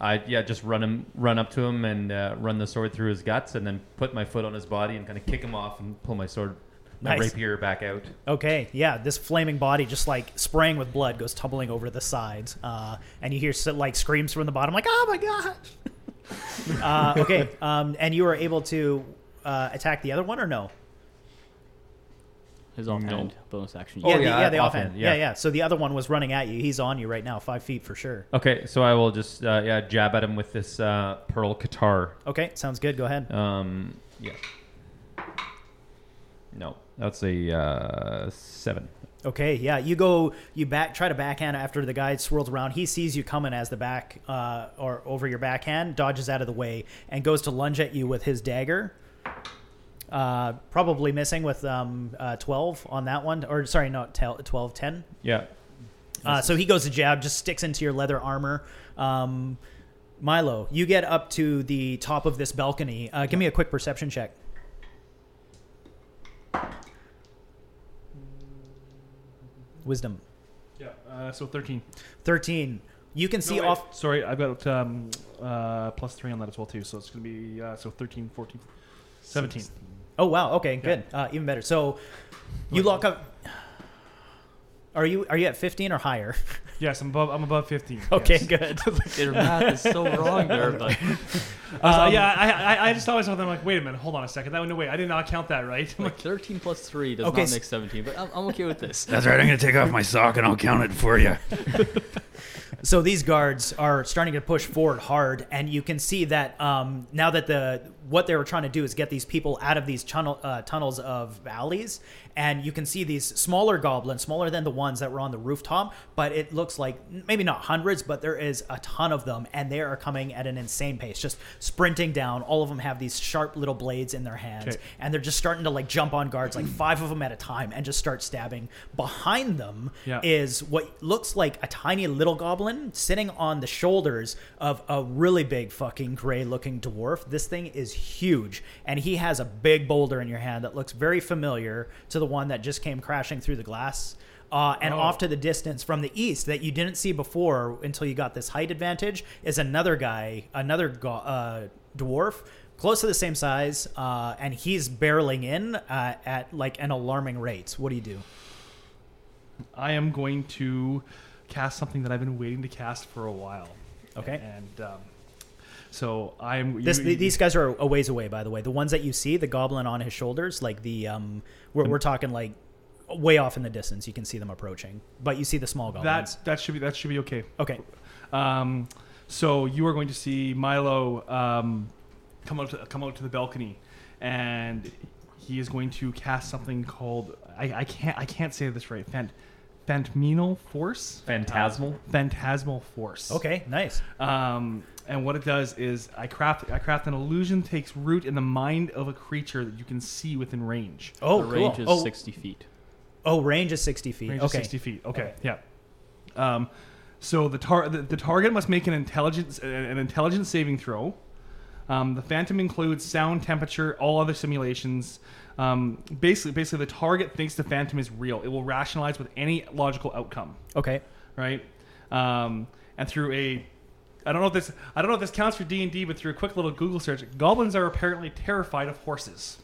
E: I yeah, just run him, run up to him, and uh, run the sword through his guts, and then put my foot on his body and kind of kick him off and pull my sword, my
B: Nice.
E: rapier back out.
B: Okay, yeah, this flaming body just like spraying with blood goes tumbling over the sides, uh, and you hear so- like screams from the bottom, like "Oh my god!" uh, okay, um, and you were able to uh, attack the other one, or no?
L: His offhand bonus action.
B: Oh, yeah, the, yeah, the offhand.
E: offhand,
B: Yeah.
E: Oh, yeah.
B: yeah, So the other one was running at you. He's on you right now, five feet for sure.
E: Okay, so I will just uh, yeah jab at him with this uh, pearl guitar.
B: Okay, sounds good. Go ahead.
E: Um, yeah. No, that's a uh, seven.
B: Okay, yeah, you go, you back, try to backhand after the guy swirls around. He sees you coming as the back uh, or over your backhand, dodges out of the way, and goes to lunge at you with his dagger. Uh, probably missing with um, uh, 12 on that one, or sorry, not tel- 12, 10.
E: Yeah.
B: Uh, so he goes to jab, just sticks into your leather armor. Um, Milo, you get up to the top of this balcony. Uh, give me a quick perception check. Wisdom.
I: Yeah. Uh, so thirteen.
B: Thirteen. You can see
I: wait.
B: off-
I: Sorry, I've got um, uh, plus three on that as well too. So it's gonna be uh, so 13, 14, 17.
B: Oh wow. Okay.
I: Yeah.
B: Good. Uh, even better. So you lock up. Are you are you at fifteen or higher?
I: Yes, I'm above. I'm above fifteen.
B: Okay.
I: yes.
B: Good.
I: Your math is so wrong there, but- I was like, Uh, yeah, I, I, I just thought myself. I'm like, wait a minute, hold on a second. That no, wait, I did not count that right. I'm like
F: thirteen plus three does
I: Okay,
F: not
I: so-
F: make seventeen, but I'm, I'm okay with this.
J: That's right. I'm gonna take off my sock and I'll count it for you.
B: So these guards are starting to push forward hard, and you can see that um, now that the what they were trying to do is get these people out of these tunnel uh, tunnels of valleys, and you can see these smaller goblins, smaller than the ones that were on the rooftop, but it looks like maybe not hundreds, but there is a ton of them, and they are coming at an insane pace, just sprinting down. All of them have these sharp little blades in their hands,
I: Okay.
B: and they're just starting to like jump on guards, like five of them at a time, and just start stabbing. Behind them
I: Yeah.
B: is what looks like a tiny little goblin sitting on the shoulders of a really big fucking gray looking dwarf. This thing is huge, and he has a big boulder in your hand that looks very familiar to the one that just came crashing through the glass. Uh, and
I: Oh.
B: off to the distance from the east that you didn't see before until you got this height advantage is another guy, another go- uh, dwarf, close to the same size, uh, and he's barreling in uh, at like an alarming rate. What do you do?
I: I am going to cast something that I've been waiting to cast for a while.
B: Okay.
I: And um, so I am.
B: This,
I: you-
B: th
I: you-
B: these guys are a ways away, by the way. The ones that you see, the goblin on his shoulders, like the um, we're, we're talking like way off in the distance. You can see them approaching, but you see the small goblins.
I: That that should be that should be okay.
B: Okay.
I: Um, so you are going to see Milo um, come out to, come out to the balcony, and he is going to cast something called I, I can't I can't say this right. Phant, phantminal force. Uh,
E: Phantasmal?
I: phantasmal force.
B: Okay, nice.
I: Um, and what it does is I craft I craft an illusion takes root in the mind of a creature that you can see within range.
B: Oh, The cool. range is Oh. 60
F: feet.
B: oh, range is sixty feet.
I: Range
B: okay,
I: is 60 feet. Okay, yeah. Um, so the, tar- the the target must make an intelligence an- an intelligence saving throw. Um, the phantom includes sound, temperature, all other simulations. Um, basically, basically, the target thinks the phantom is real. It will rationalize with any logical outcome.
B: Okay.
I: Right. Um, and through a, I don't know if this I don't know if this counts for D and D, but through a quick little Google search, goblins are apparently terrified of horses.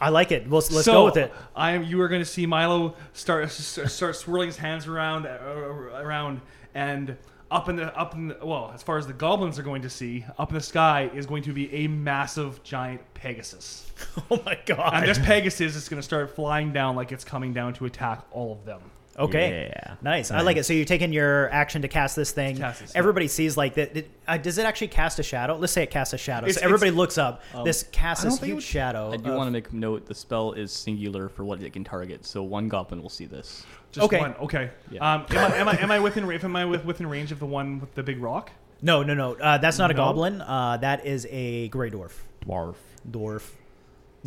B: I like it. Let's let's
I: So,
B: go with it.
I: I am. You are going to see Milo start s- s- start swirling his hands around uh, around and up in the up in the, well as far as the goblins are going to see up in the sky is going to be a massive giant Pegasus.
B: Oh my god!
I: And this Pegasus is going to start flying down like it's coming down to attack all of them.
B: Okay. Nice. I like it. So you're taking your action to cast this thing.
I: Cast this, yeah.
B: everybody sees like that. Did, uh, does it actually cast a shadow? Let's say it casts a shadow.
I: It's-
B: so
I: it's-
B: everybody looks up.
F: Um,
B: this casts this huge shadow.
F: I do
B: of-
F: want to make note the spell is singular for what it can target, so one goblin will see this.
I: Just one. Okay.
F: Yeah.
I: Um, am, I, am I am I within ra- am I with, within range of the one with the big rock?
B: No, no, no. Uh, that's not a
I: No?
B: goblin. Uh, that is a gray dwarf.
E: Dwarf.
B: Dwarf.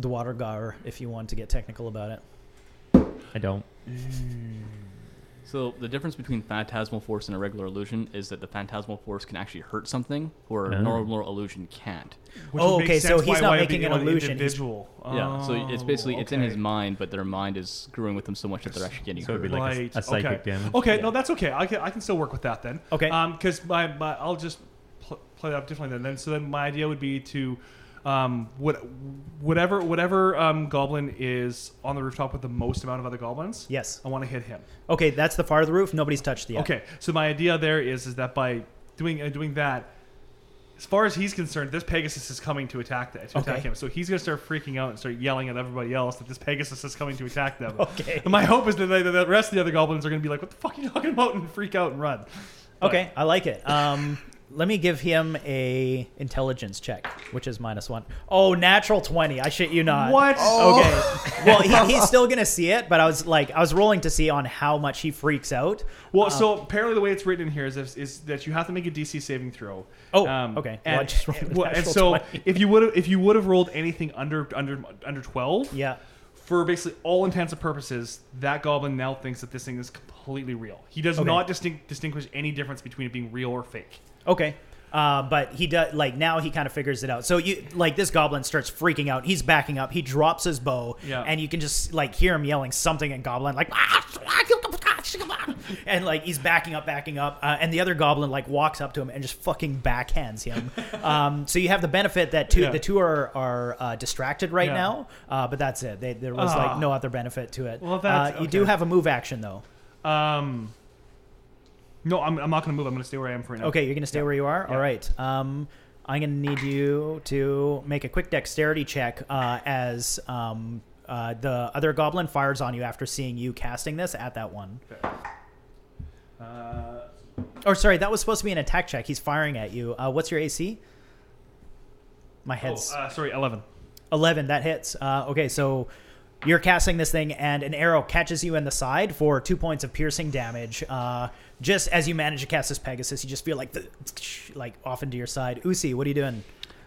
B: Dwargar, if you want to get technical about it.
E: I don't.
F: So the difference between phantasmal force and a regular illusion is that the phantasmal force can actually hurt something, where a
E: Oh.
F: normal illusion can't.
I: Which Oh, would make okay, so sense he's why- not why it'd be making an on the illusion, he's-
F: Individual.
I: individual.
F: yeah, so it's
I: Oh,
F: basically it's in his
I: okay.
F: mind, but their mind is screwing with them so much that they're actually getting
E: So it'd be
F: hurt.
E: like a- a psychic
I: okay.
E: damage.
I: Okay, no, that's okay. I can, I can still work with that then.
B: Okay.
I: Because my, my I'll just pl- play that up differently then. Then so then my idea would be to, um, what whatever whatever um, goblin is on the rooftop with the most amount of other goblins.
B: Yes.
I: I want to hit him.
B: Okay, that's the farther roof. Nobody's touched the.
I: Okay. So my idea there is is that by doing uh, doing that. As far as he's concerned, this Pegasus is coming to attack that, to attack
B: Okay.
I: him. So he's going to start freaking out and start yelling at everybody else that this Pegasus is coming to attack them.
B: Okay.
I: And my hope is that, they, that the rest of the other goblins are going to be like, "What the fuck are you talking about?" and freak out and run.
B: Okay, I like it. Um, let me give him a intelligence check, which is minus one. Oh, natural twenty. I shit you not.
I: What? Oh.
B: Okay. well, he, he's still gonna see it, but I was like, I was rolling to see on how much he freaks out.
I: Well,
B: Uh,
I: so apparently the way it's written in here is, if, is that you have to make a DC saving throw.
B: Oh,
I: Um,
B: okay. Well, I
I: And,
B: just rolled a
I: well, and
B: natural
I: so
B: 20.
I: if you would have if you would have rolled anything under under under twelve,
B: yeah,
I: for basically all intents and purposes, that goblin now thinks that this thing is completely real. He does
B: Okay.
I: not distinct, distinguish any difference between it being real or fake.
B: Okay. Uh, but he does like now he kind of figures it out. So you like this goblin starts freaking out. He's backing up. He drops his bow,
I: Yeah.
B: and you can just like hear him yelling something in goblin like, "Ah, and like he's backing up, backing up, uh, and the other goblin like walks up to him and just fucking backhands him. um, so you have the benefit that two
I: Yeah.
B: the two are are uh, distracted right
I: Yeah.
B: now, uh, but that's it. They, there was
I: Ah.
B: like no other benefit to it.
I: Well, that's-
B: uh, you do
I: okay.
B: have a move action though.
I: Um, no, I'm, I'm not going to move. I'm going to stay where I am for right now.
B: Okay, you're gonna stay where you are. All right. Um, I'm gonna need you to make a quick dexterity check uh, as um, uh, the other goblin fires on you after seeing you casting this at that one.
I: Uh,
B: Or sorry, that was supposed to be an attack check. He's firing at you. Uh, what's your AC? My head's
I: oh, uh, sorry, eleven.
B: 11 that hits uh, okay so you're casting this thing and an arrow catches you in the side for two points of piercing damage uh, just as you manage to cast this pegasus you just feel like the, like off into your side usi what are you doing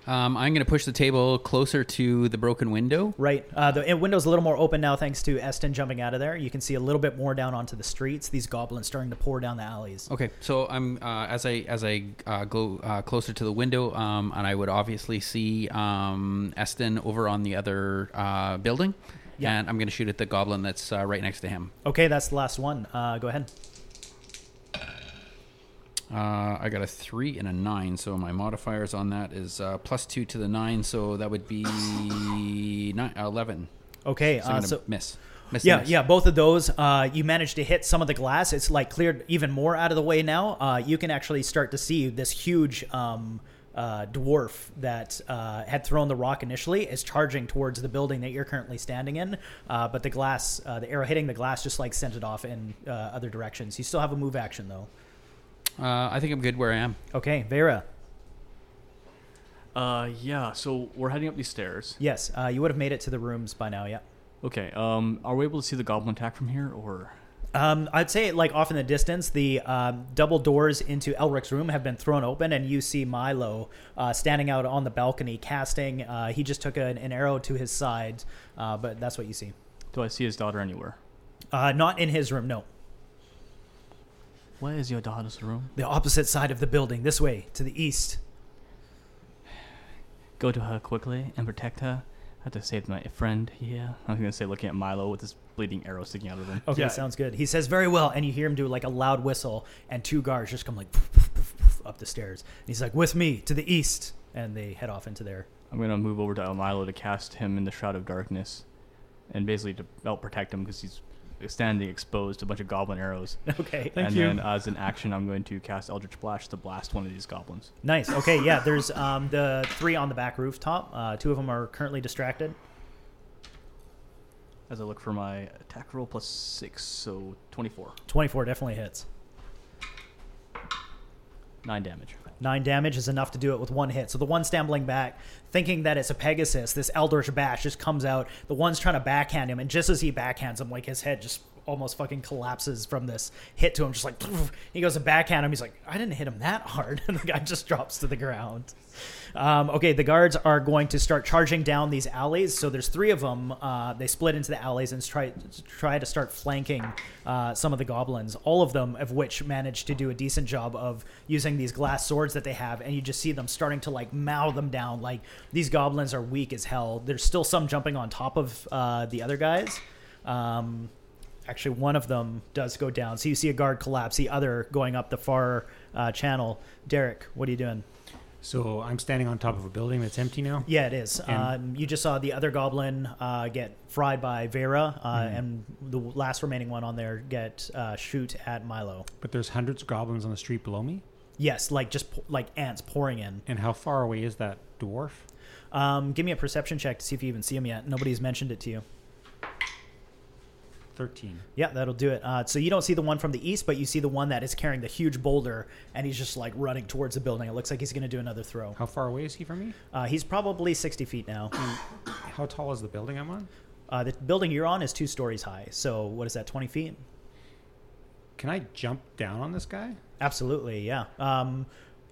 M: Um, I'm going to push the table closer to the broken window.
B: Right. Uh, the it- window's a little more open now, thanks to Eston jumping out of there. You can see a little bit more down onto the streets. These goblins starting to pour down the alleys.
M: Okay, so I'm uh, as I as I uh, go uh, closer to the window, um, and I would obviously see um, Eston over on the other uh, building,
B: Yeah.
M: and I'm going to shoot at the goblin that's uh, right next to him.
B: Okay, that's the last one. Uh, go ahead.
M: Uh, I got a three and a nine, so my modifiers on that is uh, plus two to the nine, so that would be nine, eleven.
B: Okay,
M: I'm
B: uh,
M: gonna
B: so
M: miss. miss the
B: yeah,
M: miss.
B: yeah, both of those. Uh, you managed to hit some of the glass. It's like cleared even more out of the way now. Uh, you can actually start to see this huge um, uh, dwarf that uh, had thrown the rock initially is charging towards the building that you're currently standing in. Uh, but the glass, uh, the arrow hitting the glass, just like sent it off in uh, other directions. You still have a move action though.
M: Uh, I think I'm good where I am.
B: Okay, Vera.
F: Uh, yeah. So we're heading up these stairs.
B: Yes, uh, you would have made it to the rooms by now. Yeah.
F: Okay. Um, are we able to see the goblin attack from here, or?
B: Um, I'd say, like off in the distance, the um, double doors into Elric's room have been thrown open, and you see Milo uh, standing out on the balcony casting. Uh, he just took an, an arrow to his side, uh, but that's what you see.
F: Do I see his daughter anywhere?
B: Uh, not in his room, no.
F: Where is your daughter's room?
B: The opposite side of the building, this way, to the east.
F: Go to her quickly and protect her. I have to save my friend here. I was gonna say looking at Milo with this bleeding arrow sticking out of him.
B: Okay, sounds good. He says, very well, and you hear him do like a loud whistle, and two guards just come like up the stairs. And he's like, with me, to the east, and they head off into their
F: I'm gonna move over to Milo to cast him in the shroud of darkness, and basically to help protect him because he's standing exposed to a bunch of goblin arrows.
B: Okay. Thank
F: and
B: you.
F: then as an action, I'm going to cast Eldritch Blast to blast one of these goblins.
B: Nice. Okay, yeah. There's um, the three on the back rooftop. Uh, two of them are currently distracted.
F: As I look for my attack roll plus six, so 24,
B: 24 definitely hits.
F: nine damage.
B: Nine damage is enough to do it with one hit. So the one stumbling back, thinking that it's a Pegasus, this Eldritch Bash just comes out. The one's trying to backhand him, and just as he backhands him, like his head just almost fucking collapses from this hit to him. Just like he goes to backhand him. He's like, I didn't hit him that hard, and the guy just drops to the ground. Um, okay, the guards are going to start charging down these alleys. So there's three of them. Uh, they split into the alleys and try try to start flanking uh, some of the goblins. All of them, of which manage to do a decent job of using these glass swords that they have, and you just see them starting to like mow them down. Like these goblins are weak as hell. There's still some jumping on top of uh, the other guys. Um, actually one of them does go down. So you see a guard collapse, the other going up the far uh, channel. Derek, what are you doing?
K: So I'm standing on top of a building that's empty now.
B: Yeah, it is.
K: And-
B: Um, you just saw the other goblin uh, get fried by Vera, uh,
K: Mhm.
B: and the last remaining one on there get uh, shoot at Milo.
K: But there's hundreds of goblins on the street below me.
B: Yes, like just po- like ants pouring in.
K: And how far away is that dwarf?
B: Um, give me a perception check to see if you even see him yet. Nobody's mentioned it to you.
K: Thirteen.
B: Yeah, that'll do it. Uh, so you don't see the one from the east, but you see the one that is carrying the huge boulder, and he's just like running towards the building. It looks like he's going to do another throw.
K: How far away is he from me? Hmm.
B: Uh, he's probably 60 feet now.
K: How tall is the building I'm on?
B: Uh, the building you're on is two stories high. So what is that, 20 feet?
K: Can I jump down on this guy?
B: Absolutely, yeah. Um,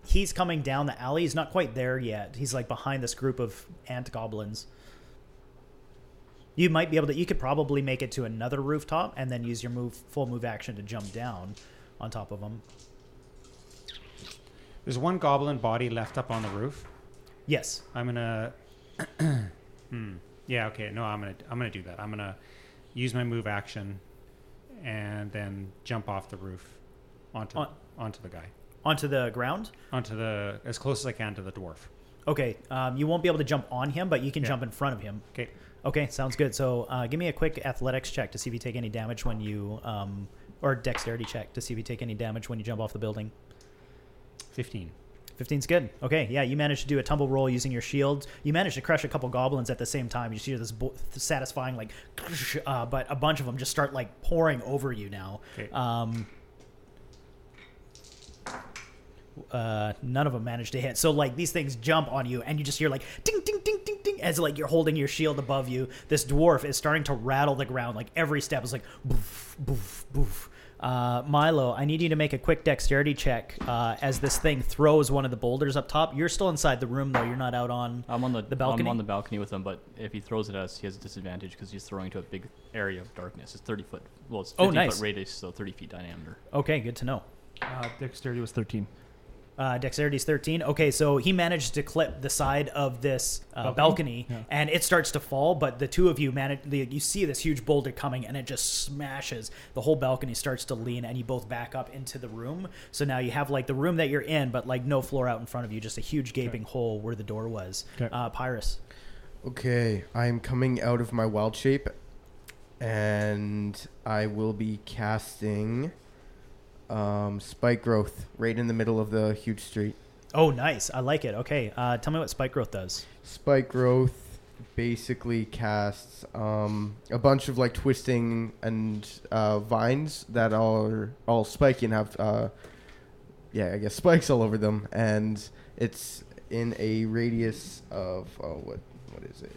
B: he's coming down the alley. He's not quite there yet. He's like behind this group of ant goblins. You might be able to. You could probably make it to another rooftop and then use your move, full move action to jump down on top of them.
K: There's one goblin body left up on the roof.
B: Yes.
K: I'm gonna. hmm. Yeah. Okay. No. I'm gonna. I'm gonna do that. I'm gonna use my move action, and then jump off the roof, onto
B: On-
K: onto the guy,
B: onto the ground,
K: onto the as close as I can to the dwarf.
B: Okay, um, you won't be able to jump on him, but you can
K: Yeah.
B: jump in front of him.
K: Okay.
B: Okay, sounds good. So uh, give me a quick athletics check to see if you take any damage when you, um, or dexterity check to see if you take any damage when you jump off the building.
K: 15.
B: 15's good. Okay, yeah, you managed to do a tumble roll using your shield. You managed to crush a couple goblins at the same time. You see this bo- satisfying, like, uh, but a bunch of them just start, like, pouring over you now.
K: Okay.
B: Um, uh, none of them managed to hit. So like these things jump on you, and you just hear like ding, ding, ding, ding, ding, as like you're holding your shield above you. This dwarf is starting to rattle the ground. Like every step is like boof, boof, boof. Uh, Milo, I need you to make a quick dexterity check uh, as this thing throws one of the boulders up top. You're still inside the room though. You're not out on.
F: I'm on the,
B: balcony?
F: I'm on the balcony with him, but if he throws at us, he has a disadvantage because he's throwing to a big area of darkness. It's 30 foot. Well, it's 50
B: Oh, nice.
F: foot radius, so 30 feet diameter.
B: Okay, good to know.
I: Uh, dexterity was 13.
B: Uh, dexterity's 13. Okay, so he managed to clip the side of this uh, balcony,
I: Balcony? Yeah.
B: and it starts to fall. But the two of you manage. The, you see this huge boulder coming, and it just smashes. The whole balcony starts to lean, and you both back up into the room. So now you have like the room that you're in, but like no floor out in front of you, just a huge gaping hole where the door was.
C: Okay.
B: Uh, Pyrus.
C: Okay, I'm coming out of my wild shape, and I will be casting um, spike growth right in the middle of the huge street.
B: Oh, nice. I like it. Okay, uh, tell me what spike growth does.
C: Spike growth basically casts um, a bunch of like twisting and uh, vines that are all spiky and have, uh, yeah, I guess spikes all over them, and it's in a radius of oh, what what is it?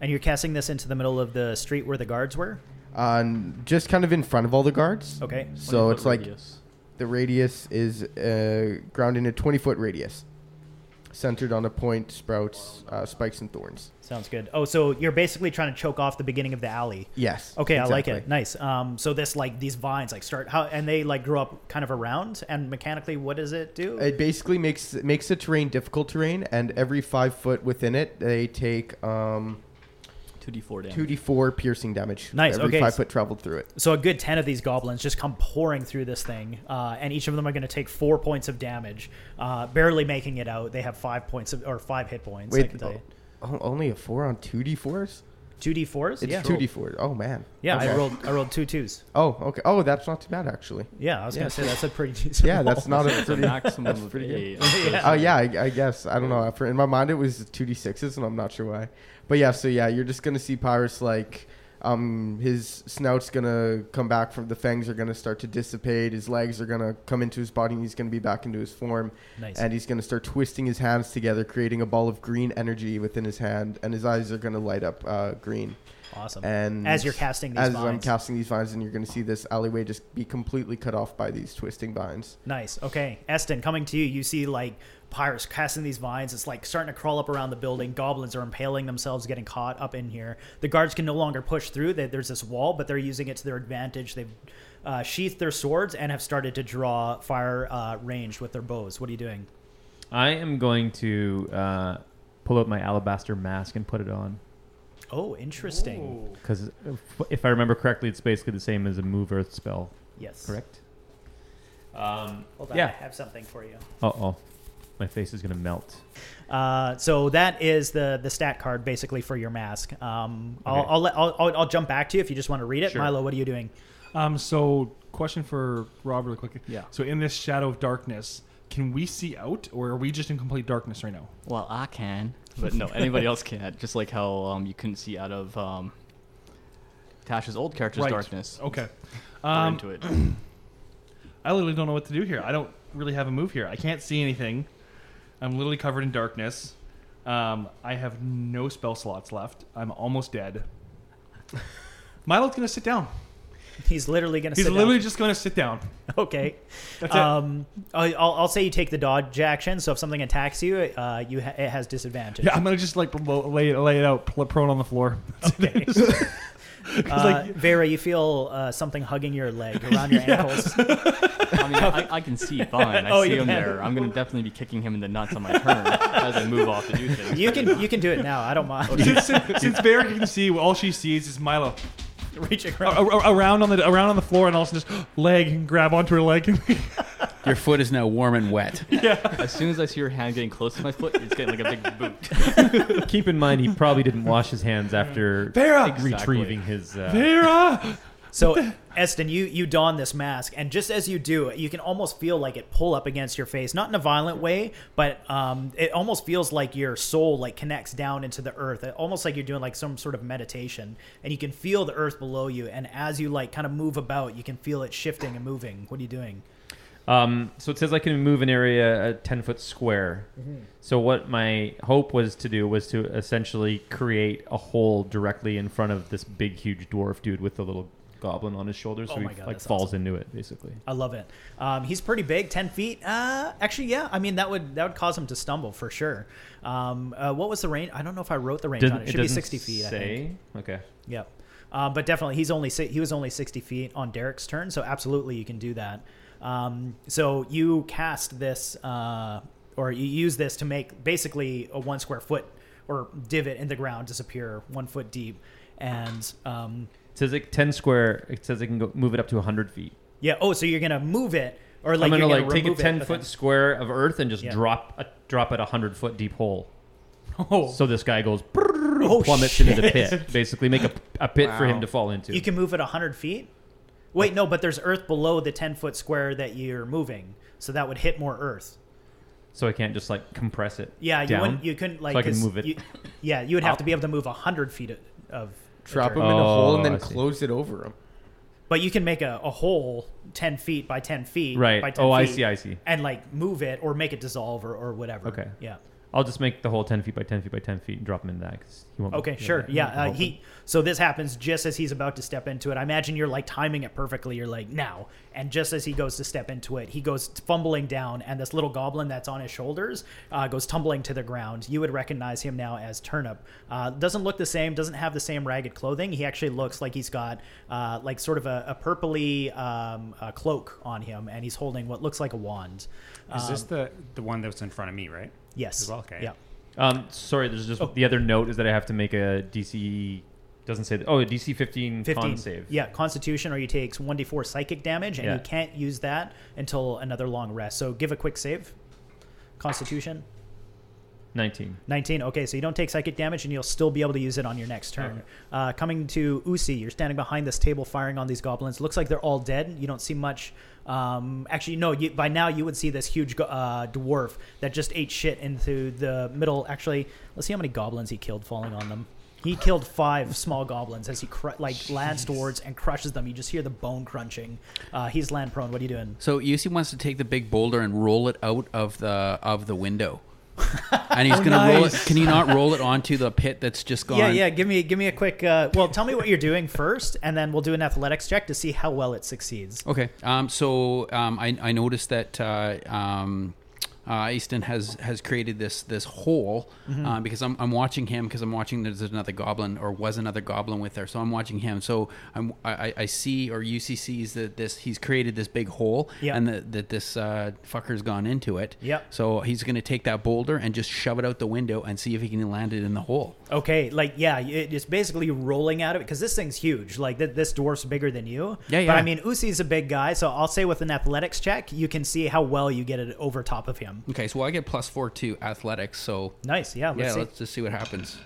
B: And you're casting this into the middle of the street where the guards were.
C: on Uh, just kind of in front of all the guards.
B: Okay.
C: So
F: 20
C: it's
F: foot
C: like
F: radius.
C: the radius is uh, ground in a 20 foot radius, centered on a point, sprouts, uh, spikes, and thorns.
B: Sounds good. Oh, so you're basically trying to choke off the beginning of the alley.
C: Yes,
B: Okay, I like it.
C: exactly.
B: Nice. Um, so this like these vines like start how and they like grow up kind of around and mechanically what does it do?
C: It basically makes makes the terrain difficult terrain, and every five foot within it, they take um,
F: 2d4 damage.
C: 2d4 piercing damage.
B: Nice,
C: Every
B: okay.
C: five foot traveled through it.
B: so a good ten of these goblins just come pouring through this thing, uh, and each of them are going to take four points of damage, uh, barely making it out. They have five points of, or five hit points. I
C: Wait,
B: can tell you.
C: o- only a four on 2d4s?
B: Two d fours.
C: It's
B: yeah.
C: 2d4. Oh, man.
B: Yeah, I
C: Okay.
B: rolled. I rolled two twos.
C: Oh, okay. Oh, that's not too bad actually.
B: Yeah, I was gonna
C: Yeah.
B: say that's a pretty decent.
C: yeah, that's
B: roll.
C: not a pretty.
F: maximum
C: that's
F: of
C: pretty
F: eight.
C: good.
B: Yeah.
C: Oh yeah, I, I guess I don't know. For, in my mind, it was two d sixes, and I'm not sure why. But yeah, so yeah, you're just gonna see Pyrus like, um, his snout's gonna come back from the fangs are gonna start to dissipate. His legs are gonna come into his body, and he's gonna be back into his form.
B: Nice.
C: And he's gonna start twisting his hands together, creating a ball of green energy within his hand, and his eyes are gonna light up uh, green.
B: Awesome.
C: And
B: As you're casting these
C: as I'm
B: vines.
C: casting these vines, and you're going to see this alleyway just be completely cut off by these twisting vines.
B: Nice. Okay. Eston, coming to you, you see like pirates casting these vines. It's like starting to crawl up around the building. Goblins are impaling themselves, getting caught up in here. The guards can no longer push through. They, there's this wall, but they're using it to their advantage. They've uh, sheathed their swords and have started to draw fire uh, ranged with their bows. What are you doing?
E: I am going to uh, pull out my alabaster mask and put it on
B: Oh, interesting.
E: because uh, if I remember correctly, it's basically the same as a move earth spell.
B: Yes.
E: Correct. Um,
B: Hold on.
E: yeah.
B: I have something for you.
E: Uh oh, my face is gonna melt.
B: Uh, so that is the the stat card basically for your mask. Um, I'll,
E: Okay.
B: I'll, let, I'll, I'll I'll jump back to you if you just want to read it.
I: Sure.
B: Milo, what are you doing?
I: Um, so question for Rob really quick.
B: Yeah.
I: So in this shadow of darkness, can we see out or are we just in complete darkness right now?
F: Well, I can, but no, anybody else can't. Just like how um, you couldn't see out of um, Tasha's old character's
I: Right.
F: darkness.
I: Okay.
F: We're
I: Um,
F: into it.
I: I literally don't know what to do here. I don't really have a move here. I can't see anything. I'm literally covered in darkness. Um, I have no spell slots left. I'm almost dead. Milo's gonna sit down.
B: He's literally gonna.
I: He's
B: sit
I: literally
B: down.
I: just gonna sit down.
B: Okay.
I: That's it.
B: um, I- I'll, I'll say you take the dodge action. So if something attacks you, uh, you ha- it has disadvantage.
I: Yeah, I'm gonna just like lo- lay, lay it out pl- prone on the floor. Okay.
B: Uh, Vera, you feel uh, something hugging your leg around your ankles.
F: I mean, I, I can see fine. I
B: Oh,
F: see
B: you
F: him
B: can.
F: there. I'm gonna definitely be kicking him in the nuts on my turn as I move off to do things.
B: You can you can do it now. I don't mind.
I: since, since, since Vera can see, all she sees is Milo
B: reaching
I: a- a- around on the around on the floor, and also just leg and grab onto her leg.
M: Your foot is now warm and wet.
F: As soon as I see your hand getting close to my foot, it's getting like a big boot.
E: Keep in mind, he probably didn't wash his hands after
I: Vera!
E: retrieving his. Uh,
I: Vera.
B: So, Eston, you you don this mask, and just as you do, you can almost feel like it pull up against your face, not in a violent way, but um, it almost feels like your soul like connects down into the earth, It- almost like you're doing like some sort of meditation, and you can feel the earth below you. And as you like kind of move about, you can feel it shifting and moving. What are you doing?
E: Um, so it says I can move an area a ten foot square.
B: Mhm.
E: So what my hope was to do was to essentially create a hole directly in front of this big, huge dwarf dude with the little goblin on his shoulder, so
B: Oh
E: he
B: my God,
E: like
B: that's
E: falls into it basically.
B: I love it. Um, he's pretty big, ten feet. Uh, actually, yeah. I mean, that would that would cause him to stumble for sure. Um, uh, what was the range? I don't know if I wrote the range
E: Didn't-
B: on it.
E: it
B: It should be
E: doesn't
B: sixty feet. I think.
E: say? Okay.
B: Yep. Um, but definitely, he's only si- he was only sixty feet on Derek's turn, so absolutely you can do that. Um, so you cast this, uh, or you use this to make basically a one square foot or divot in the ground disappear one foot deep, and um,
E: It says like ten square. It says I can go, move it up to hundred feet.
B: yeah. Oh, so you're gonna move it, or like
E: I'm gonna
B: you're
E: like take a
B: remove it,
E: ten
B: but
E: foot
B: then-
E: square of earth and just
B: Yeah.
E: drop a, drop it a hundred foot deep hole.
B: Oh.
E: So this guy goes
B: Oh,
E: plummets into the
B: shit.
E: pit. Basically, make a, a pit for him
B: Wow.
E: to fall into.
B: You can move it 100 feet? Wait, no, but there's earth below the 10 foot square that you're moving. So that would hit more earth.
E: so I can't just like compress it.
B: Yeah, you,
E: down?
B: wouldn't, you couldn't, like,
E: so I can
B: 'cause
E: move it.
B: you- yeah, you would have to be able to move 100 feet of. of
C: Drop
B: dirt.
C: him in a hole and
E: Oh, I
C: then
E: see.
C: close it over him.
B: But you can make a, a hole 10 feet by 10 feet.
E: Right.
B: By 10
E: Oh, I
B: feet
E: see, I see.
B: And, like, move it or make it dissolve or, or whatever.
E: okay.
B: Yeah.
E: I'll just make the whole ten feet by ten feet by ten feet and drop him in that 'cause he won't.
B: Okay, sure.
E: he
B: Yeah,
E: won't
B: uh,
E: help
B: he. So this happens just as he's about to step into it. I imagine you're like timing it perfectly. You're like now, and just as he goes to step into it, he goes fumbling down, and this little goblin that's on his shoulders uh, goes tumbling to the ground. You would recognize him now as Turnip. Uh, doesn't look the same. Doesn't have the same ragged clothing. He actually looks like he's got uh, like sort of a, a purpley um, uh cloak on him, and he's holding what looks like a wand.
K: Is this
B: Um,
K: the the one that's in front of me, right?
B: Yes.
K: As well, okay.
B: Yeah.
E: Um, sorry, there's
B: Oh.
E: just the other note is that I have to make a DC. Doesn't say. That, oh, a DC 15,
B: 15
E: con save.
B: Yeah, constitution or you takes 1d4 psychic damage and
E: Yeah.
B: you can't use that until another long rest. So give a quick save. Constitution
E: Nineteen.
B: 19. Okay, so you don't take psychic damage and you'll still be able to use it on your next turn. Uh, coming to Usi, you're standing behind this table firing on these goblins. Looks like they're all dead. You don't see much. Um, actually, no, you, by now you would see this huge go- uh, dwarf that just ate shit into the middle. Actually, let's see how many goblins he killed falling on them. He killed five small goblins as he cr- like lands towards and crushes them. You just hear the bone crunching. Uh, he's land prone. What are you doing?
M: So UC wants to take the big boulder and roll it out of the of the window. and he's
B: Oh,
M: gonna roll it.
B: nice.
M: Can you not roll it onto the pit that's just gone?
B: Yeah, yeah. Give me, give me a quick. Uh, well, tell me what you're doing first, and then we'll do an athletics check to see how well it succeeds.
M: Okay. Um, so um, I, I noticed that uh, um, uh, Easton has has created this this hole
B: Mm-hmm.
K: Mhm.
M: uh, because I'm, I'm watching him because I'm watching there's another goblin or was another goblin with there. So I'm watching him. So I'm, I I- I see or UC sees that this he's created this big hole
B: Yeah.
M: and that that this uh, fucker's gone into it.
B: Yep.
M: So he's gonna take that boulder and just shove it out the window and see if he can land it in the hole.
B: Okay, like yeah, it- it's basically rolling out of it because this thing's huge. Like th- this dwarf's bigger than you.
M: Yeah,
B: But
M: yeah.
B: I mean, Usi's a big guy, so I'll say with an athletics check, you can see how well you get it over top of him.
M: Okay. So I get plus four to athletics. So
B: Nice. Yeah. Let's
M: yeah,
B: see.
M: let's just see what happens.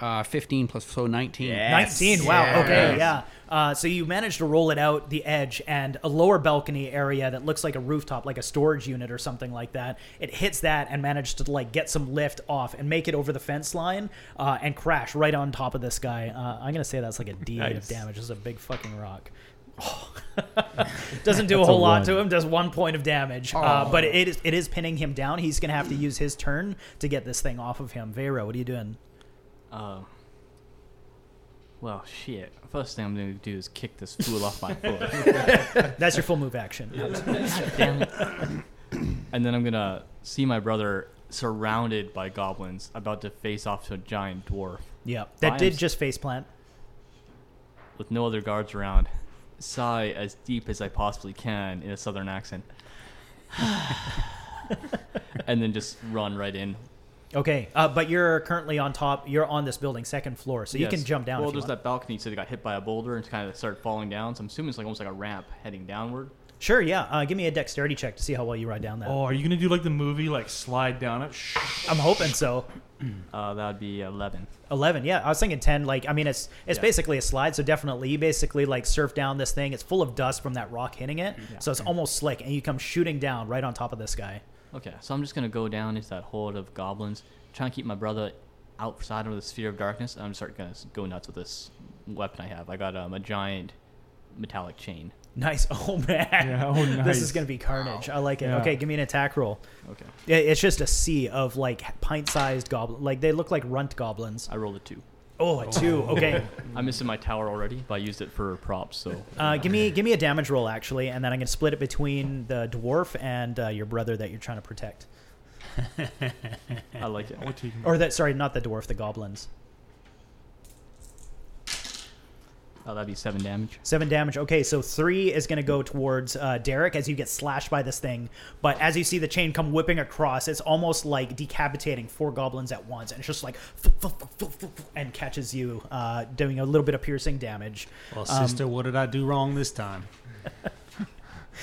M: Uh, 15 plus, so 19.
B: 19. Wow. Okay. Yeah. Uh, so you managed to roll it out the edge and a lower balcony area that looks like a rooftop, like a storage unit or something like that. It hits that and managed to like get some lift off and make it over the fence line uh, and crash right on top of this guy. Uh, I'm gonna say that's like a D
K: Nice.
B: of damage. This is a big fucking rock. Doesn't do a
K: That's a
B: whole lot
K: one.
B: to him. Does one point of damage, uh, but it is it is pinning him down. He's gonna have to use his turn to get this thing off of him. Vero, what are you doing?
L: Uh, well, shit. First thing I'm going to do is kick this fool off my foot.
B: That's your full move action.
L: Damn it. And then I'm going to see my brother surrounded by goblins about to face off to a giant dwarf.
B: Yeah, that
L: I am
B: did just faceplant.
L: with no other guards around, sigh as deep as I possibly can in a southern accent. and then just run right in.
B: Okay, uh, but you're currently on top. You're on this building, second floor, so you can
L: Yes.
B: jump down.
L: Well,
B: if you
L: there's
B: want.
L: that balcony, so they got hit by a boulder and kind of started falling down. So I'm assuming it's like almost like a ramp heading downward.
B: Sure, yeah. Uh, give me a dexterity check to see how well you ride down that.
I: Oh, are you gonna do like the movie, like slide down it?
B: I'm hoping so.
L: Uh, that would be 11.
B: 11 yeah i was thinking 10 like i mean it's it's
L: Yeah.
B: basically a slide so definitely you basically like surf down this thing it's full of dust from that rock hitting it so it's almost slick and you come shooting down right on top of this guy
L: Okay, so I'm just gonna go down into that horde of goblins, trying to keep my brother outside of the sphere of darkness, and I'm start gonna s- go nuts with this weapon I have. I got um, a giant metallic chain.
B: nice oh man
L: Yeah, oh,
B: this
L: nice.
B: is gonna be carnage i like it
L: Yeah.
B: okay give me an attack roll
L: Okay.
B: Yeah, it's just a sea of like pint-sized goblin like they look like runt goblins
L: i rolled a two.
B: Oh, a two. Okay.
L: I'm missing my tower already, but I used it for props, so.
B: Uh, give me give me a damage roll actually, and then I'm gonna split it between the dwarf and uh, your brother that you're trying to protect.
L: I like it.
B: Or that sorry, not the dwarf, the goblins.
L: Oh, that'd be seven damage.
B: Seven damage. Okay, so three is gonna go towards uh, Derek as you get slashed by this thing. But as you see the chain come whipping across, it's almost like decapitating four goblins at once, and it's just like and catches you, uh, doing a little bit of piercing damage.
K: Well,
B: Um,
K: sister, what did I do wrong this time?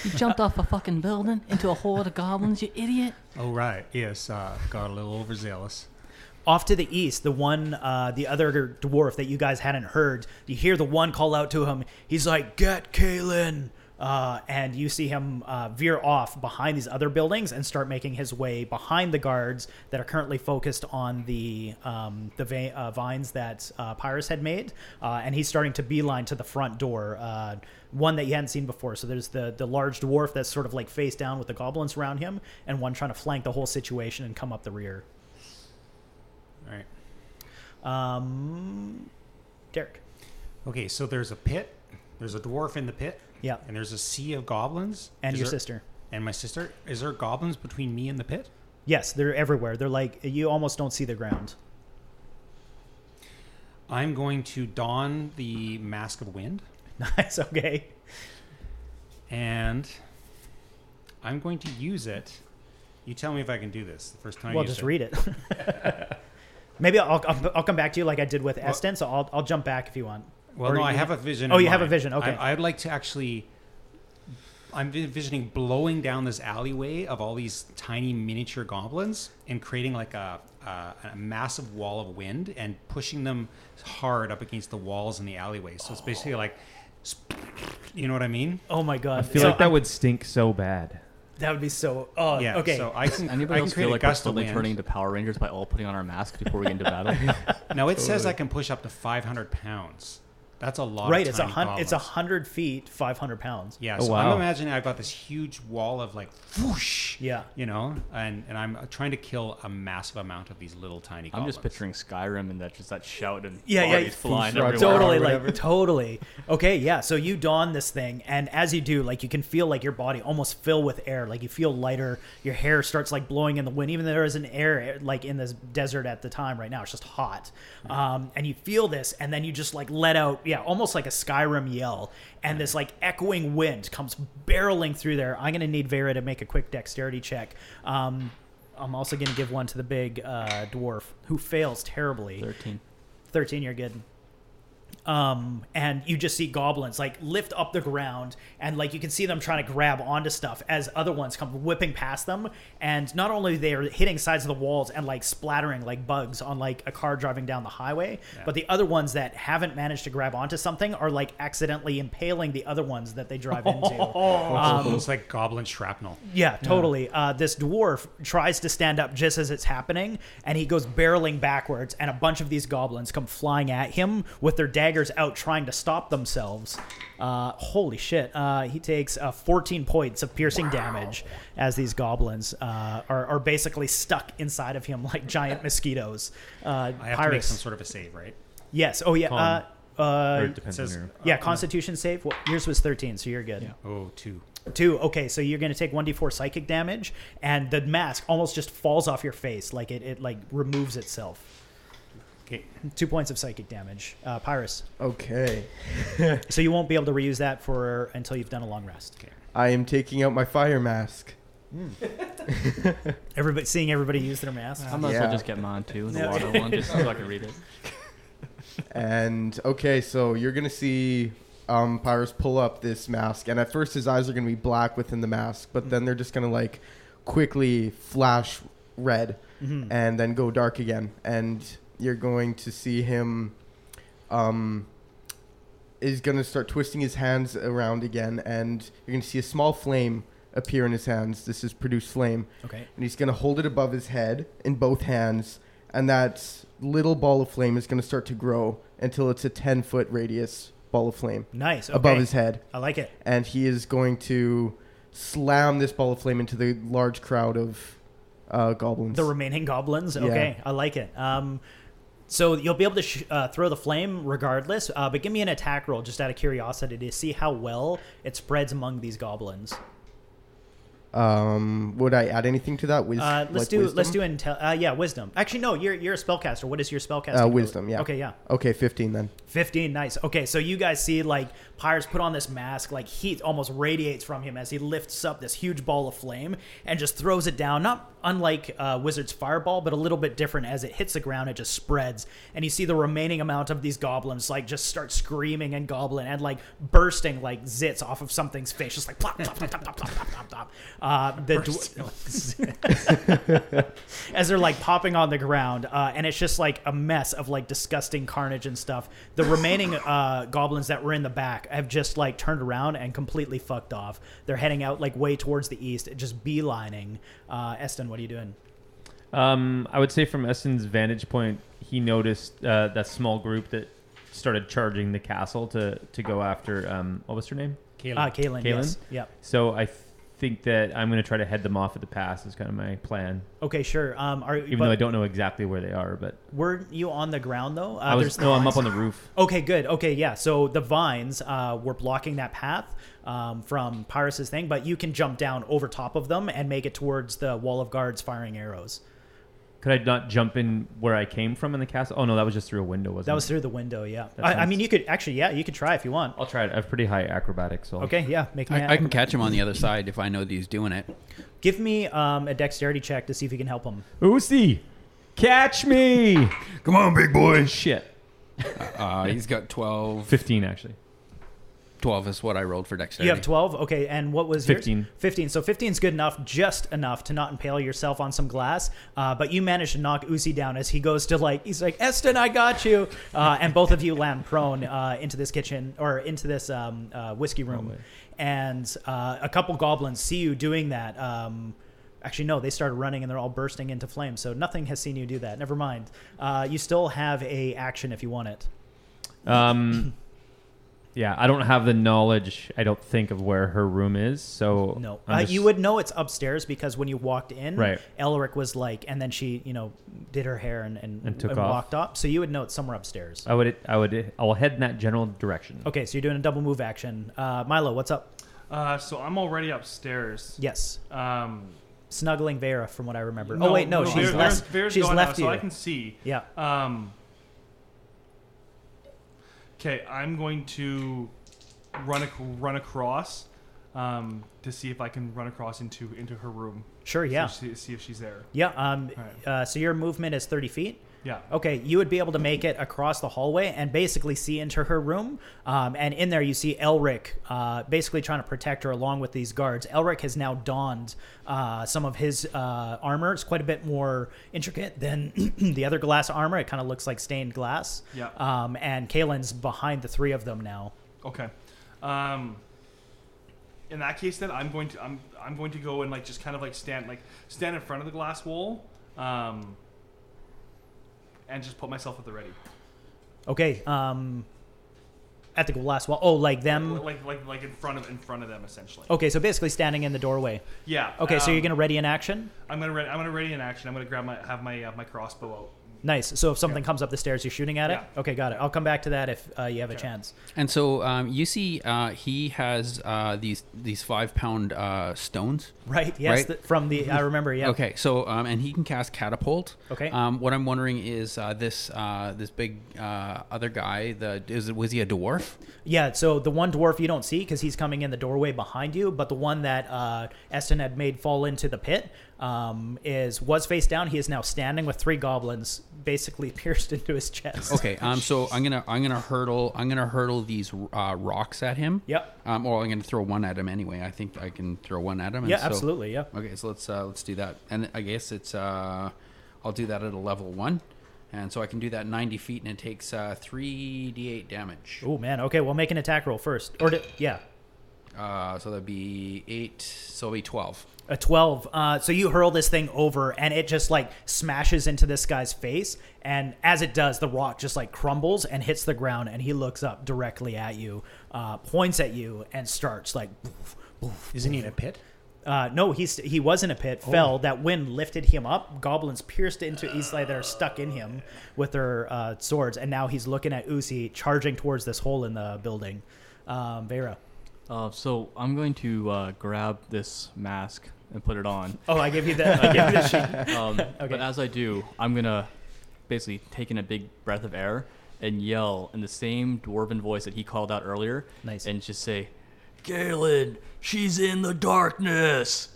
L: You jumped off a fucking building into a horde of goblins, you idiot!
K: Oh, right. Yes, uh, got a little overzealous.
B: off to the east, the one, uh, the other dwarf that you guys hadn't heard, you hear the one call out to him. He's like, "Get Kalen!" Uh, and you see him uh, veer off behind these other buildings and start making his way behind the guards that are currently focused on the um, the va- uh, vines that uh, Pyrus had made. Uh, and he's starting to beeline to the front door, uh, one that you hadn't seen before. So there's the the large dwarf that's sort of like face down with the goblins around him, and one trying to flank the whole situation and come up the rear.
K: All right.
B: Um, Derek.
K: Okay, so there's a pit. There's a dwarf in the pit.
B: Yeah.
K: And there's a sea of goblins.
B: And
K: Is
B: your
K: there-
B: sister.
K: And my sister. Is there goblins between me and the pit?
B: Yes, they're everywhere. They're like you almost don't see the ground.
K: I'm going to don the Mask of Wind.
B: Nice, okay.
K: And I'm going to use it. You tell me if I can do this the first time I
B: well,
K: use
B: just read it. Maybe I'll, I'll I'll come back to you like I did with Esten, so I'll I'll jump back if you want.
K: Well,
B: Or
K: no,
B: you
K: I
B: can-
K: have a vision.
B: Oh,
K: in
B: you have a
K: mind.
B: vision. Okay.
K: I, I'd like to actually. I'm envisioning blowing down this alleyway of all these tiny miniature goblins and creating like a, a, a massive wall of wind and pushing them hard up against the walls in the alleyway. So it's basically like, sp- you know what I mean?
B: oh my god,
E: I feel
B: So
E: like that would stink so bad.
B: that would be so. Oh,
K: Yeah,
B: Okay.
K: so I can-
L: Anybody
K: I can
L: else
K: create
L: feel
K: a
L: like we're
K: gust of
L: slowly
K: wind.
L: turning to Power Rangers by all putting on our masks before we get into battle?
K: Now it says I can push up to 500 pounds. That's a lot.
B: right,
K: Of
B: it's a
K: tiny
B: hun- it's a
K: goblins.
B: hundred feet, five hundred pounds.
K: Yeah,
E: Oh,
K: so I'm imagining I've got this huge wall of like whoosh.
B: Yeah.
K: You know, and and I'm trying to kill a massive amount of these little tiny.
F: I'm
K: goblins.
F: just picturing Skyrim and that just that shout and
B: Yeah, yeah,
F: bodies flying everywhere.
B: totally, like totally. Okay, yeah. So you don this thing, and as you do, like you can feel like your body almost fill with air. Like you feel lighter. Your hair starts like blowing in the wind, even though there is an air eh, like in this desert at the time right now. It's just hot, um, and you feel this, and then you just like let out, yeah, almost like a Skyrim yell, and this like echoing wind comes barreling through there. I'm gonna need Vera to make a quick dexterity check. Um, I'm also going to give one to the big uh, dwarf who fails terribly.
F: 13.
B: 13, you're good. Um, and you just see goblins like lift up the ground, and like you can see them trying to grab onto stuff as other ones come whipping past them. And not only they are hitting sides of the walls and like splattering like bugs on like a car driving down the highway, but the other ones that haven't managed to grab onto something are like accidentally impaling the other ones that they drive into. Um,
K: Oh, it's like goblin shrapnel.
B: yeah, totally. Uh, this dwarf tries to stand up just as it's happening, and he goes barreling backwards, and a bunch of these goblins come flying at him with their daggers out, trying to stop themselves. Uh, holy shit! Uh, he takes uh, 14 points of piercing damage as these goblins uh, are, are basically stuck inside of him like giant mosquitoes. Uh,
K: I have to make
B: pirates.
K: some sort of a save, right?
B: Yes. Oh yeah.
K: Con.
B: Uh,
K: Or
B: uh,
K: it depends on your-
B: yeah, Constitution save. Well, yours was thirteen, so you're good.
K: Oh, two.
B: Two. Okay, so you're gonna take one d four psychic damage, and the mask almost just falls off your face, like it, it like removes itself.
K: Okay.
B: Two points of psychic damage, uh, Pyrus.
C: Okay.
B: so you won't be able to reuse that for until you've done a long rest. Okay.
C: I am taking out my fire mask.
B: Everybody seeing everybody use their masks.
F: I might as well just get mine too, the water one, just so I can read it.
C: And okay, so you're gonna see um, Pyrus pull up this mask, and at first his eyes are gonna be black within the mask, but then they're just gonna like quickly flash red
N: Mhm.
C: and then go dark again, and you're going to see him. Um, is gonna start twisting his hands around again, and you're gonna see a small flame appear in his hands. This is produced flame.
B: Okay.
C: And he's gonna hold it above his head in both hands, and that little ball of flame is gonna start to grow until it's a ten foot radius ball of flame.
B: Nice,
C: Above
B: okay.
C: his head.
B: I like it.
C: And he is going to slam this ball of flame into the large crowd of uh, goblins.
B: The remaining goblins.
C: Yeah.
B: Okay, I like it. Um, so you'll be able to sh- uh, throw the flame regardless, uh, but give me an attack roll just out of curiosity to see how well it spreads among these goblins.
C: um, would I add anything to that? Wis-
B: Uh, let's
C: like
B: do
C: wisdom?
B: let's do intel. Uh, yeah, wisdom. Actually, no, you're you're a spellcaster. What is your spellcasting?
C: uh,
B: ability?
C: wisdom. Yeah.
B: Okay. Yeah.
C: Okay, fifteen then.
B: 15 nice okay so you guys see like pyres put on this mask like heat almost radiates from him as he lifts up this huge ball of flame and just throws it down not unlike uh, wizard's fireball but a little bit different as it hits the ground it just spreads and you see the remaining amount of these goblins like just start screaming and goblin and like bursting like zits off of something's face just like plop plop plop plop plop plop plop plop, plop uh, the
K: Bursting
B: dwar-
K: like zits.
B: as they're like popping on the ground, uh, and it's just like a mess of like disgusting carnage and stuff. The remaining uh, goblins that were in the back have just like turned around and completely fucked off. They're heading out like way towards the east, just beelining. Uh, Eston, what are you doing?
E: Um, I would say from Essen's vantage point, he noticed uh, that small group that started charging the castle to to go after um, what was her name?
B: Kaelin. Ah, Kaelin, yes. Yep.
E: So I think that I'm going to try to head them off at the pass. Is kind of my plan.
B: Okay, sure. Um, are
E: Even
B: but
E: though I don't know exactly where they are, but
B: Were you on the ground though? Uh,
E: I was-
B: there's
E: no, I'm
B: vines.
E: up on the roof.
B: Okay, good. Okay, yeah. So the vines uh, were blocking that path um, from Pyrrhus's thing, but you can jump down over top of them and make it towards the wall of guards firing arrows.
E: could I not jump in where I came from in the castle? Oh no, that was just through a window, wasn't it?
B: That was through the window, yeah.
E: That
B: I, I
E: sounds-
B: mean, you could actually, yeah, you could try if you want.
E: I'll try it. I have pretty high acrobatics. So I'll-
B: Okay, yeah, make me.
M: I, I can catch him on the other side if I know that he's doing it.
B: Give me um, a dexterity check to see if you can help him.
E: Oosie, catch me!
J: Come on, big boy.
E: Shit.
M: Uh, he's got 12.
E: 15, actually.
M: 12 is what I rolled for dexterity.
B: You have twelve. Okay, and what was yours?
M: 15.
B: Fifteen. So fifteen's good enough, just enough to not impale yourself on some glass. Uh, but you manage to knock Uzi down as he goes to like he's like Eston, I got you, uh, and both of you land prone uh, into this kitchen or into this um, uh, whiskey room, and uh, a couple goblins see you doing that. Um, Actually, no. They started running, and they're all bursting into flames. So nothing has seen you do that. Never mind. Uh, you still have a action if you want it.
E: Um, yeah, I don't have the knowledge. I don't think of where her room is. So
B: No,
E: I'm
B: uh,
E: just-
B: you would know it's upstairs because when you walked in,
E: Right.
B: Elric was like, and then she, you know, did her hair and and,
E: And took off.
B: walked up. So you would know it's somewhere upstairs.
E: I would. I would. I'll head in that general direction.
B: Okay, so you're doing a double move action. Uh, Milo, what's up?
I: Uh, so I'm already upstairs.
B: Yes.
I: Um,
B: Snuggling Vera, from what I remember. oh wait, no, she's
I: Vera-
B: left.
I: Vera's- Vera's
B: she's
I: gone
B: left
I: now,
B: you.
I: So I can see.
B: Yeah.
I: Um. Okay, I'm going to run ac- run across um, to see if I can run across into into her room.
B: Sure,
I: See
B: yeah.
I: if she- see if she's there.
B: Yeah. Um,
I: All
B: uh, so your movement is 30 feet?
I: Yeah.
B: Okay. You would be able to make it across the hallway and basically see into her room. Um, and in there, you see Elric uh, basically trying to protect her along with these guards. Elric has now donned uh, some of his uh, armor. It's quite a bit more intricate than the other glass armor. It kind of looks like stained glass.
I: Yeah.
B: Um, and Kalen's behind the three of them now.
I: Okay. Um, in that case, then I'm going to I'm I'm going to go and like just kind of like stand like stand in front of the glass wall, um, and just put myself at the ready.
B: Okay. Um, at the glass wall. Oh, like them.
I: like like like in front of in front of them essentially.
B: Okay, so basically standing in the doorway.
I: Yeah,
B: Okay, so you're
I: um,
B: gonna ready in action.
I: I'm gonna ready. I'm gonna ready in action. I'm gonna grab my have my uh, my crossbow out.
B: Nice. So if something comes up the stairs, you're shooting at it. Okay, got it. I'll come back to that if uh, you have a chance.
M: And so um, you see, uh, he has uh, these these five pound uh, stones.
B: Right, yes, the- from the- I remember, yeah.
M: Okay. So um, and he can cast catapult.
B: Okay.
M: Um, what I'm wondering is uh, this uh, this big uh, other guy. The is was he a dwarf?
B: Yeah. So the one dwarf you don't see because he's coming in the doorway behind you, but the one that uh, Eston had made fall into the pit um, is was face down. He is now standing with three goblins basically pierced into his chest.
M: Okay. Um. So I'm gonna I'm gonna hurdle I'm gonna hurdle these uh, rocks at him.
B: Yep.
M: Um. Or I'm gonna throw one at him anyway. I think I can throw one at him. and
B: Yeah,
M: so-
B: absolutely, yeah.
M: Okay. So let's uh, let's do that. And I guess it's uh, I'll do that at a level one, and so I can do that 90 feet, and it takes uh, three d8 damage.
B: Oh man. Okay. Well, make an attack roll first. Or d- yeah.
M: Uh. So that'd be eight. So it'll be 12.
B: A 12. Uh, so you hurl this thing over and it just like smashes into this guy's face. And as it does, the rock just like crumbles and hits the ground. And he looks up directly at you, uh, points at you, and starts like. Boof, boof,
K: Isn't he in
B: boof.
K: a pit?
B: Uh, no, he's he was in a pit.
K: Oh.
B: Fell. That wind lifted him up. Goblins pierced into Islay that are stuck in him with their uh, swords, and now he's looking at Uzi charging towards this hole in the building. Um, Vera.
F: Uh, so I'm going to uh, grab this mask and put it on.
B: Oh, I give you the- I give you the sheet.
F: um,
B: Okay.
F: But as I do, I'm gonna basically take in a big breath of air and yell in the same dwarven voice that he called out earlier.
B: Nice.
F: And just say, "Galen, she's in the darkness."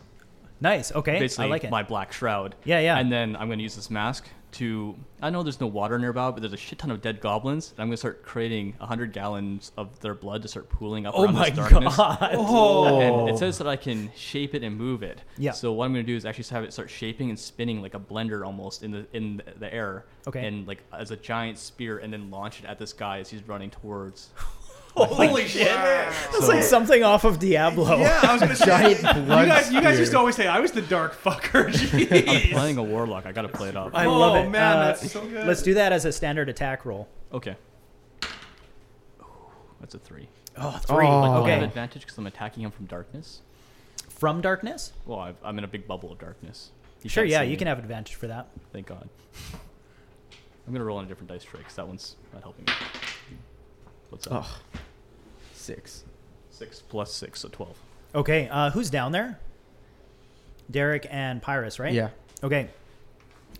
B: Nice. Okay.
F: Basically,
B: I like it.
F: my black shroud.
B: Yeah, yeah.
F: And then I'm gonna use this mask to. I know there's no water nearby, but there's a shit ton of dead goblins, and I'm gonna start creating 100 gallons of their blood to start pooling up
B: Oh
F: around
B: my
F: this darkness.
B: God.
F: And
B: Oh.
F: it says that I can shape it and move it.
B: Yeah.
F: So what I'm gonna do is actually have it start shaping and spinning like a blender almost in the in the air.
B: Okay.
F: And like as a giant spear, and then launch it at this guy as he's running towards.
B: Holy shit! That's like something off of Diablo.
I: Yeah, I was gonna say. you guys, you guys used to always say I was the dark fucker.
F: I'm
I: Jeez. Oh,
F: playing a warlock. I gotta play it up.
B: I love it.
I: man,
B: Uh,
I: that's so good.
B: Let's do that as a standard attack roll.
F: Okay. That's a three.
B: Oh,
F: Like,
B: three.
F: do I have
B: Okay.
F: advantage because I'm attacking him from darkness.
B: From darkness?
F: Well, I've, I'm in a big bubble of darkness. He
B: sure.
F: can't
B: Yeah,
F: see
B: you
F: me.
B: can have advantage for that.
F: Thank God. I'm gonna roll on a different dice tray because that one's not helping me. What's up?
M: Six.
F: Six plus six, so twelve.
B: Okay. Uh, who's down there? Derek and Pyrus, right?
M: Yeah.
B: Okay.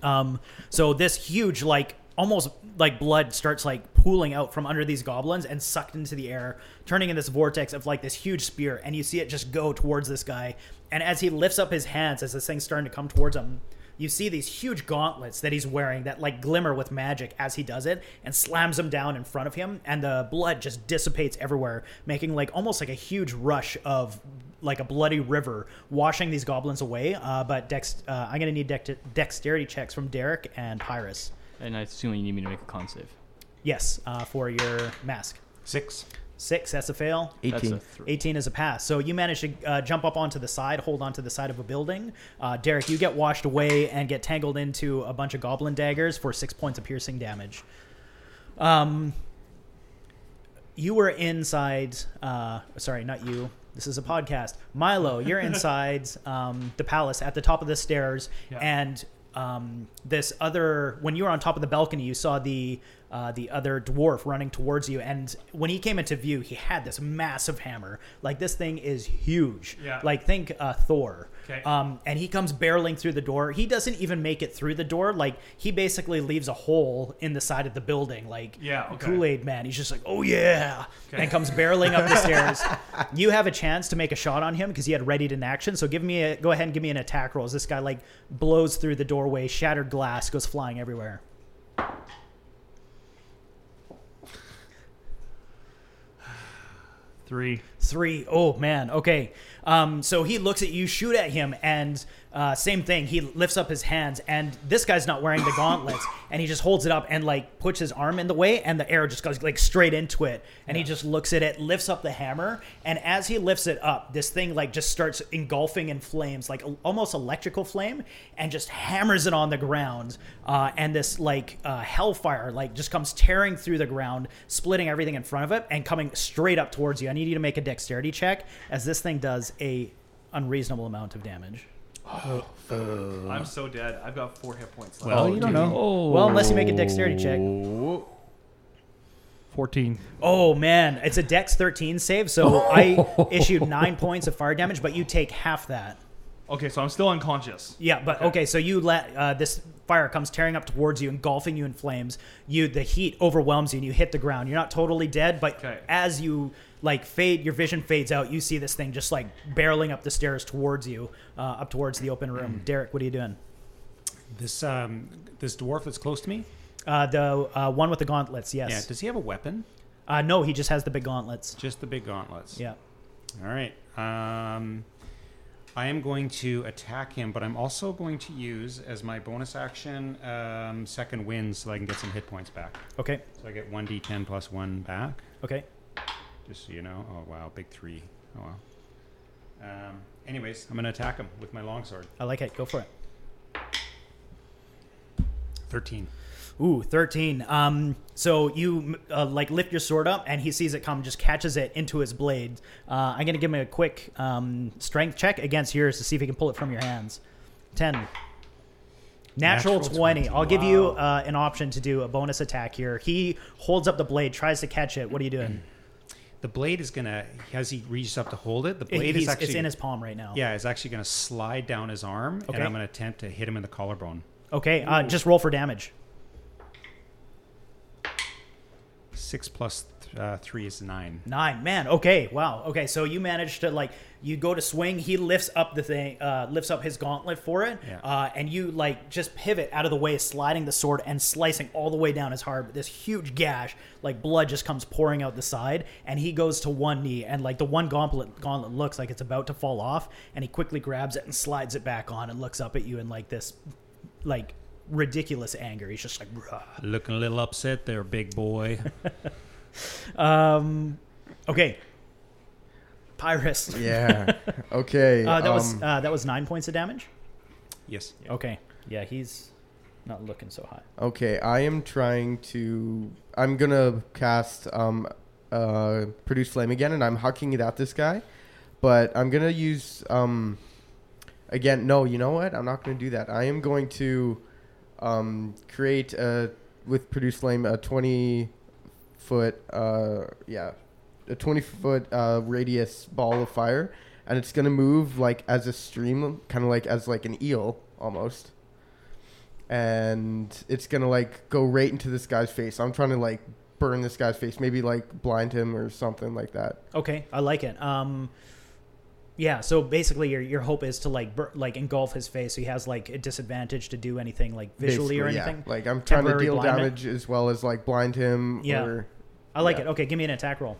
B: Um, so this huge, like almost like blood starts like pooling out from under these goblins and sucked into the air, turning in this vortex of like this huge spear, and you see it just go towards this guy. And as he lifts up his hands, as this thing's starting to come towards him, you see these huge gauntlets that he's wearing that like glimmer with magic as he does it, and slams them down in front of him, and the blood just dissipates everywhere, making like almost like a huge rush of like a bloody river, washing these goblins away. Uh, but dex, uh, I'm gonna need dex- dexterity checks from Derek and Pyrus.
F: And I assume you need me to make a con save.
B: Yes, uh, for your mask.
K: Six.
B: Six. That's a fail.
F: That's a 18. three.
B: Eighteen is a pass. So you manage to uh, jump up onto the side, hold onto the side of a building. Uh, Derek, you get washed away and get tangled into a bunch of goblin daggers for six points of piercing damage. Um, you were inside. Uh, sorry, not you. This is a podcast. Milo, you're inside um, the palace at the top of the stairs,
I: Yeah.
B: and um, this other. When you were on top of the balcony, you saw the uh, the other dwarf running towards you, and when he came into view, he had this massive hammer. Like this thing is huge.
I: Yeah.
B: Like think uh, Thor.
I: Okay.
B: Um, and he comes barreling through the door. He doesn't even make it through the door. Like he basically leaves a hole in the side of the building. Like
I: Yeah, okay.
B: Kool Aid Man. He's just like, oh yeah,
I: Okay.
B: and comes barreling up the stairs. You have a chance to make a shot on him because he had readied an action. So give me a go ahead and give me an attack roll. As this guy like blows through the doorway, shattered glass goes flying everywhere.
I: Three.
B: Three. Oh man. Okay. Um, so he looks at you, shoot at him, and uh, same thing. He lifts up his hands, and this guy's not wearing the gauntlets, and he just holds it up and like puts his arm in the way, and the arrow just goes like straight into it, and he just looks at it, lifts up the hammer, and as he lifts it up, this thing like just starts engulfing in flames, like al- almost electrical flame, and just hammers it on the ground, uh, and this like uh, hellfire like just comes tearing through the ground, splitting everything in front of it, and coming straight up towards you. I need you to make a dexterity check as this thing does a unreasonable amount of damage.
I: I'm so dead. I've got four hit points left.
B: Well, Oh, you don't know. Well, unless you make a dexterity check.
I: 14.
B: Oh man, it's a Dex 13 save, so I issued nine points of fire damage, but you take half that.
I: Okay, so I'm still unconscious.
B: Yeah, but okay, so you let uh, this fire comes tearing up towards you, engulfing you in flames. You the heat overwhelms you, and you hit the ground. You're not totally dead, but as you like fade, your vision fades out. You see this thing just like barreling up the stairs towards you, uh, up towards the open room. Derek, what are you doing?
K: This um, this dwarf that's close to me.
B: Uh, the uh, one with the gauntlets, yes.
K: Yeah. Does he have a weapon?
B: Uh, no, he just has the big gauntlets.
K: Just the big gauntlets.
B: Yeah.
K: All right. Um, I am going to attack him, but I'm also going to use as my bonus action um, second wind so I can get some hit points back.
B: Okay.
K: So I get one d10 plus one back.
B: Okay.
K: Just so you know. Oh wow, big three. Oh wow. Um, anyways, I'm gonna attack him with my longsword.
B: I like it. Go for it.
K: Thirteen.
B: Ooh, 13. Um, so you uh, like lift your sword up, and he sees it come, just catches it into his blade. Uh, I'm gonna give him a quick um, strength check against yours to see if he can pull it from your hands. 10. Natural,
K: Natural
B: 20.
K: 20.
B: I'll give you
K: Wow.
B: uh, an option to do a bonus attack here. He holds up the blade, tries to catch it. What are you doing?
K: The blade is gonna. Has he reached up to hold it? The
B: It-
K: blade
B: he's-
K: is actually.
B: it's in his palm right now.
K: Yeah, it's actually gonna slide down his arm,
B: Okay.
K: and I'm gonna attempt to hit him in the collarbone.
B: Okay, uh, just roll for damage.
K: Six plus th- uh, three is nine.
B: Nine, man. Okay, wow. Okay, so you manage to like you go to swing. He lifts up the thing, uh, lifts up his gauntlet for it,
K: Yeah.
B: uh, and you like just pivot out of the way, sliding the sword and slicing all the way down his heart. But this huge gash, like blood, just comes pouring out the side, and he goes to one knee, and like the one gauntlet gauntlet looks like it's about to fall off, and he quickly grabs it and slides it back on, and looks up at you in like this, like ridiculous anger. He's just like, bruh.
K: Looking a little upset there, big boy.
B: Um, okay. Pyrus.
C: Yeah. Okay,
B: Uh, that was
C: um,
B: uh, that was nine points of damage.
K: Yes.
B: Okay. Yeah, he's not looking so hot.
C: Okay, I am trying to. I'm gonna cast um, uh, produce flame again, and I'm hucking it at this guy, but I'm gonna use um, again. No, you know what? I'm not gonna do that. I am going to um, create a with produce flame a 20 foot uh, yeah a 20 foot uh, radius ball of fire, and it's gonna move like as a stream, kind of like as like an eel almost and it's gonna like go right into this guy's face. I'm trying to like burn this guy's face, maybe like blind him or something like that.
B: Okay, I like it. Um, yeah. So basically, your your hope is to like bur- like engulf his face, so he has like a disadvantage to do anything like visually or
C: Basically, yeah.
B: anything.
C: Like I'm trying
B: Temporary
C: to deal
B: blindment?
C: damage as well as like blind him.
B: Yeah.
C: Or,
B: I like
C: yeah.
B: it. Okay, give me an attack roll.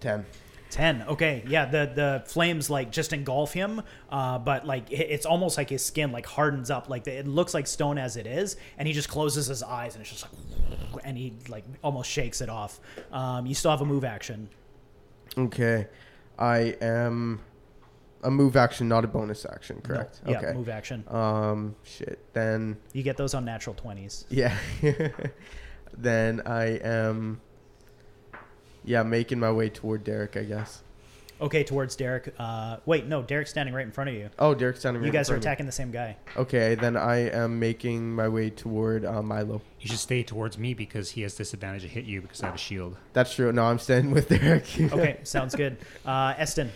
C: Ten.
B: 10 okay yeah the the flames like just engulf him uh, but like it- it's almost like his skin like hardens up like it looks like stone as it is and he just closes his eyes and it's just like and he like almost shakes it off um, you still have a move action
C: Okay, I am a move action, not a bonus action, correct?
B: yeah, move action.
C: Um, shit. Then
B: You get those on natural 20s.
C: yeah. then I am. Yeah, making my way toward Derek, I guess.
B: Okay, towards Derek. Uh, wait, no, Derek's standing right in front of you.
C: Oh, Derek's standing.
B: You
C: right in
B: guys are
C: front of me.
B: attacking the same guy.
C: Okay, then I am making my way toward uh, Milo.
K: You should stay towards me because he has disadvantage to hit you because I have a shield.
C: That's true. No, I'm standing with Derek.
B: Okay, sounds good. Uh, Eston,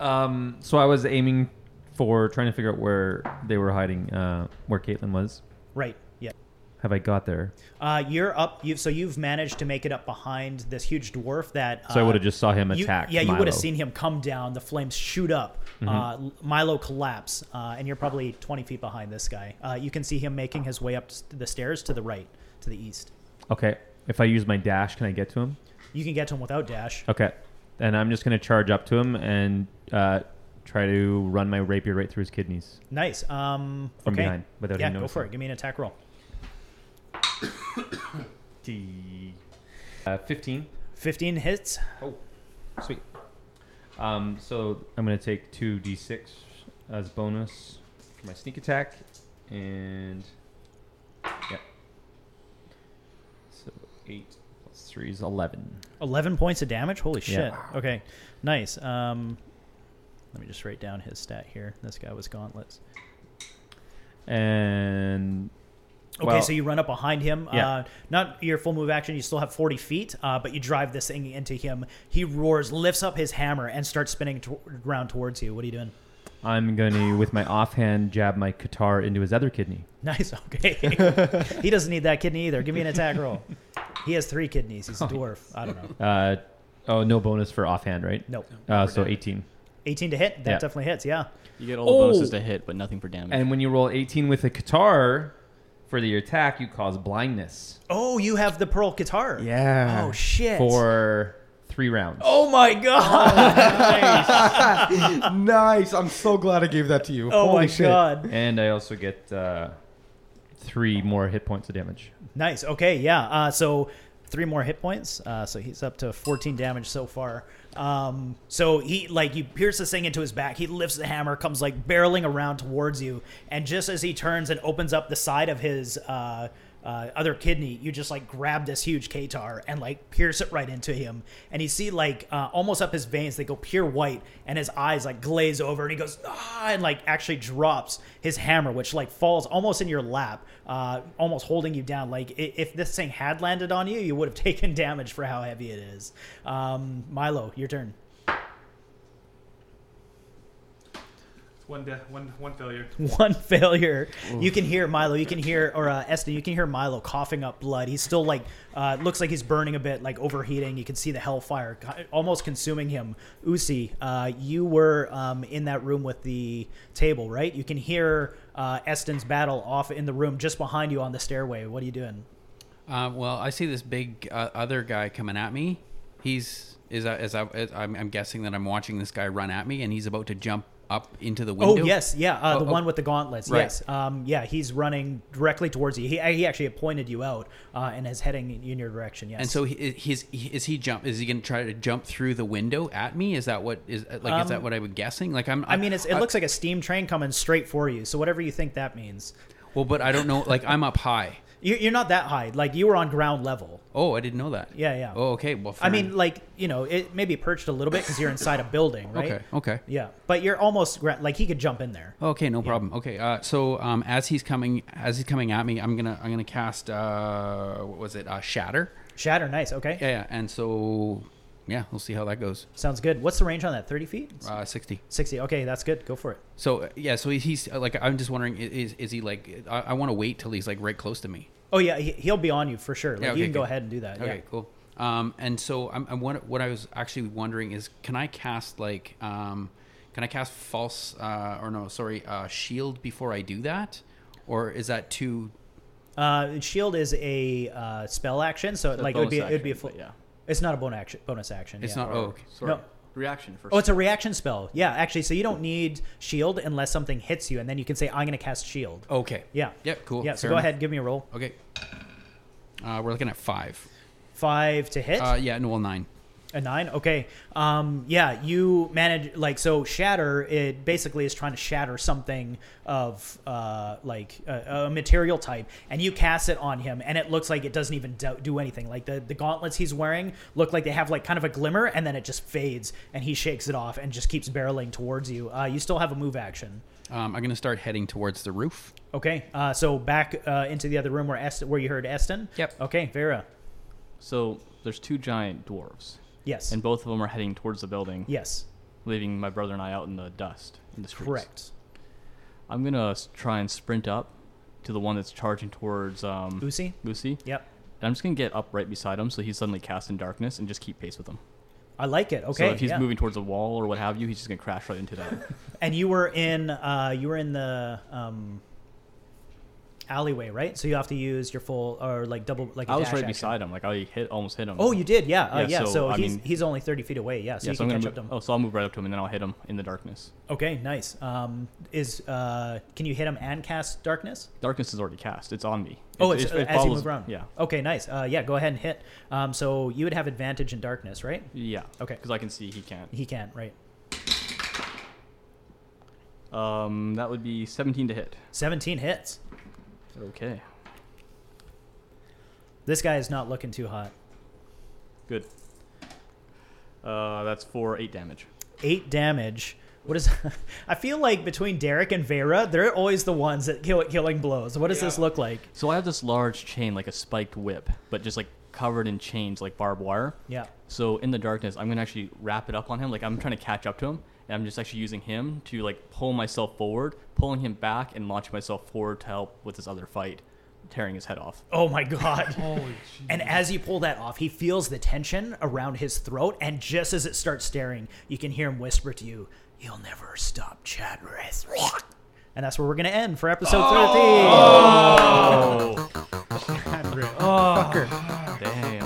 E: Um, so I was aiming for trying to figure out where they were hiding, uh, where Caitlin was.
B: right? Yeah.
E: Have I got there?
B: Uh, you're up. You've so you've managed to make it up behind this huge dwarf that. Uh,
E: So I would've just saw him
B: you-
E: attack
B: Yeah, you would have
E: Milo.
B: seen him come down. The flames shoot up. Uh,
E: Mhm.
B: Milo collapse, uh, and you're probably 20 feet behind this guy. Uh, you can see him making his way up s- the stairs to the right, to the east.
E: Okay. If I use my dash, can I get to him?
B: You can get to him without dash.
E: Okay. And I'm just going to charge up to him and uh, try to run my rapier right through his kidneys.
B: Nice. Um,
E: From
B: okay.
E: behind, without
B: yeah,
E: him
B: go for
E: noticing.
B: it. Give me an attack roll.
E: Uh, 15.
B: 15 hits.
E: Oh, sweet. Um, so I'm going to take 2d6 as bonus for my sneak attack. And. Yeah. So 8 plus 3 is 11.
B: 11 points of damage. Holy shit.
E: Yeah.
B: Okay, nice. Um, let me just write down his stat here. This guy was gauntlets.
E: And.
B: Okay,
E: well,
B: so you run up behind him.
E: Yeah.
B: Uh, not your full move action. You still have 40 feet, uh, but you drive this thing into him. He roars, lifts up his hammer, and starts spinning to- around towards you. What are you doing?
E: I'm going to, with my offhand, jab my guitar into his other kidney.
B: Nice. Okay. he doesn't need that kidney either. Give me an attack roll. He has three kidneys.
E: Oh,
B: He's a dwarf. I don't know.
E: Uh, oh, no bonus for offhand, right?
B: Nope.
E: Uh, so 18.
B: 18 to hit. That
E: Yeah.
B: definitely hits. Yeah.
F: You get all
B: Oh!
F: the bonuses to hit, but nothing for damage.
E: And when you roll 18 with a guitar for the attack, you cause blindness
B: Oh, you have the pearl guitar.
E: Yeah.
B: Oh shit.
E: Uh, for three rounds.
B: Oh my god.
C: Oh nice. I'm so glad I gave that to
B: Oh
C: you. Holy shit.
E: And I also get uh, three more hit points of damage.
B: Nice. Okay. Yeah. Uh, so three more hit points. Uh, so he's up to 14 damage so far. Um, so he like you pierce this thing into his back. He lifts the hammer, comes like barreling around towards you, and just as he turns and opens up the side of his uh, uh, other kidney, you just like grab this huge Katar and like pierce it right into him, and you see like uh, almost up his veins they go pure white, and his eyes like glaze over, and he goes ah, and like actually drops his hammer, which like falls almost in your lap, uh, almost holding you down. Like i- if this thing had landed on you, you would have taken damage for how heavy it is. Um, Milo, your turn.
I: One, de- one, one failure.
B: One failure. You can hear Milo. You can hear or uh, Eston. You can hear Milo coughing up blood. He's still like uh, looks like he's burning a bit, like overheating. You can see the hellfire co- almost consuming him. Usi, uh, you were um, in that room with the table, right? You can hear uh, Eston's battle off in the room just behind you on the stairway. What are you doing?
M: Uh, well, I see this big uh, other guy coming at me. He's is I, is I, is- I'm, I'm guessing that I'm watching this guy run at me, and he's about to jump up into the window.
B: Oh yes, yeah, uh, the
M: one
B: one with the gauntlets.
M: Right.
B: Yes, um, yeah, he's running directly towards you. He, he actually had pointed you out uh, and is heading in your direction. Yes,
M: And so he, he's is he jump is he going to try to jump through the window at me? Is that what is uh, like is that
B: Um,
M: what I'm guessing? Like I'm
B: I mean, it's, it
M: I-
B: looks like a steam train coming straight for you. So whatever you think that means,
M: well, but I don't know. Like I'm up high.
B: you, you're not that high. Like you were on ground level.
M: Oh, I didn't know that.
B: Yeah, yeah.
M: Oh, okay. Well,
B: I
M: fair
B: mean,
M: enough.
B: like you know, it maybe perched a little bit because you're inside a building, right?
M: Okay, okay.
B: Yeah, but you're almost gra- like he could jump in there.
M: Okay, no problem. Okay, uh, so um, as he's coming, as he's coming at me, I'm gonna, I'm gonna cast. Uh, what was it? Uh, Shatter.
B: Shatter, nice. Okay.
M: Yeah, yeah, and so, yeah, we'll see how that goes.
B: Sounds good. What's the range on that? Thirty feet?
M: Uh, Sixty.
B: Sixty. Okay, that's good. Go for it.
M: So uh, yeah, so he's uh, like, I'm just wondering, i- is is he like? I, I want to wait till he's like right close to me.
B: Oh yeah, he, he'll be on you for sure. Like
M: Yeah,
B: you
M: okay,
B: can go
M: good.
B: ahead and do that.
M: Okay,
B: yeah.
M: cool. Um, and so I'm, I'm what, what I was actually wondering is, can I cast like, um, can I cast false uh, or no? Sorry, uh, shield before I do that, or is that too?
B: Uh, shield is a uh, spell action, so
M: It's a
B: like it would be
M: bonus
B: it would be a
M: action,
B: full,
M: but yeah.
B: It's not a bonus action. Bonus action.
M: It's
B: yeah.
M: not- oh, okay.
F: Sorry.
B: No.
F: Reaction first.
B: Oh, it's a reaction spell. Yeah, actually, so you don't need shield unless something hits you, and then you can say, "I'm going to cast shield."
M: Okay.
B: Yeah.
M: Yep. Cool.
B: Yeah. So
M: Fair
B: go
M: enough.
B: ahead, give me a roll.
M: Okay. Uh, we're looking at five.
B: Five to hit.
M: Uh, yeah. No, well, nine.
B: A nine? Okay. Um, yeah, you manage like so. Shatter it basically is trying to shatter something of uh, like a, a material type, and you cast it on him, and it looks like it doesn't even do, do anything. Like the the gauntlets he's wearing look like they have like kind of a glimmer, and then it just fades, and he shakes it off and just keeps barreling towards you. Uh, you still have a move action.
M: Um, I'm going to start heading towards the roof.
B: Okay. Uh, so back uh, into the other room where Est- where you heard Eston.
M: Yep.
B: Okay, Vera.
F: So there's two giant dwarves.
B: Yes.
F: And both of them are heading towards the building.
B: Yes.
F: Leaving my brother and I out in the dust in the streets.
B: Correct.
F: I'm gonna s- try and sprint up to the one that's charging towards um,
B: Lucy.
F: Lucy.
B: Yep.
F: And I'm just gonna get up right beside him, so he's suddenly cast in darkness, and just keep pace with him.
B: I like it. Okay.
F: So if he's
B: yeah.
F: moving towards a wall or what have you, he's just gonna crash right into that.
B: And you were in uh, you were in the um, alleyway, right? So you have to use your full or like double like. a
F: I was
B: dash
F: right
B: action.
F: beside him. Like I hit, almost hit him.
B: Oh, you did, yeah, uh, yeah. So,
F: I
B: he's
F: mean,
B: he's only thirty feet away, yeah. So
F: yeah,
B: you
F: so
B: can
F: I'm
B: catch
F: gonna
B: up to him.
F: move- Oh, so I'll move right up to him and then I'll hit him in the darkness.
B: Okay, nice. Um, is uh, can you hit him and cast darkness?
F: Darkness is already cast. It's on me.
B: Oh, it's,
F: it
B: as you
F: follows-
B: move around.
F: Yeah.
B: Okay, nice. Uh, yeah, go ahead and hit. Um, so you would have advantage in darkness, right?
F: Yeah.
B: Okay.
F: Because I can see he can't.
B: He can't, right?
F: Um, that would be 17 to hit.
B: 17 hits.
F: Okay.
B: This guy is not looking too hot.
F: Good. Uh, that's for eight damage.
B: Eight damage. What is? I feel like between Derek and Vera, they're always the ones that kill killing blows. What does this look like?
F: So I have this large chain, like a spiked whip, but just like covered in chains, like barbed wire.
B: Yeah.
F: So in the darkness, I'm gonna actually wrap it up on him. Like I'm trying to catch up to him, and I'm just actually using him to like pull myself forward, pulling him back, and launching myself forward to help with this other fight, tearing his head off.
B: Oh my god. and as you pull that off, he feels the tension around his throat, and just as it starts staring, you can hear him whisper to you, You'll never stop Chadrith. And that's where we're gonna end for episode 13.
A: Oh.
B: Chadrith.
A: Oh.
B: Fucker.
F: Damn.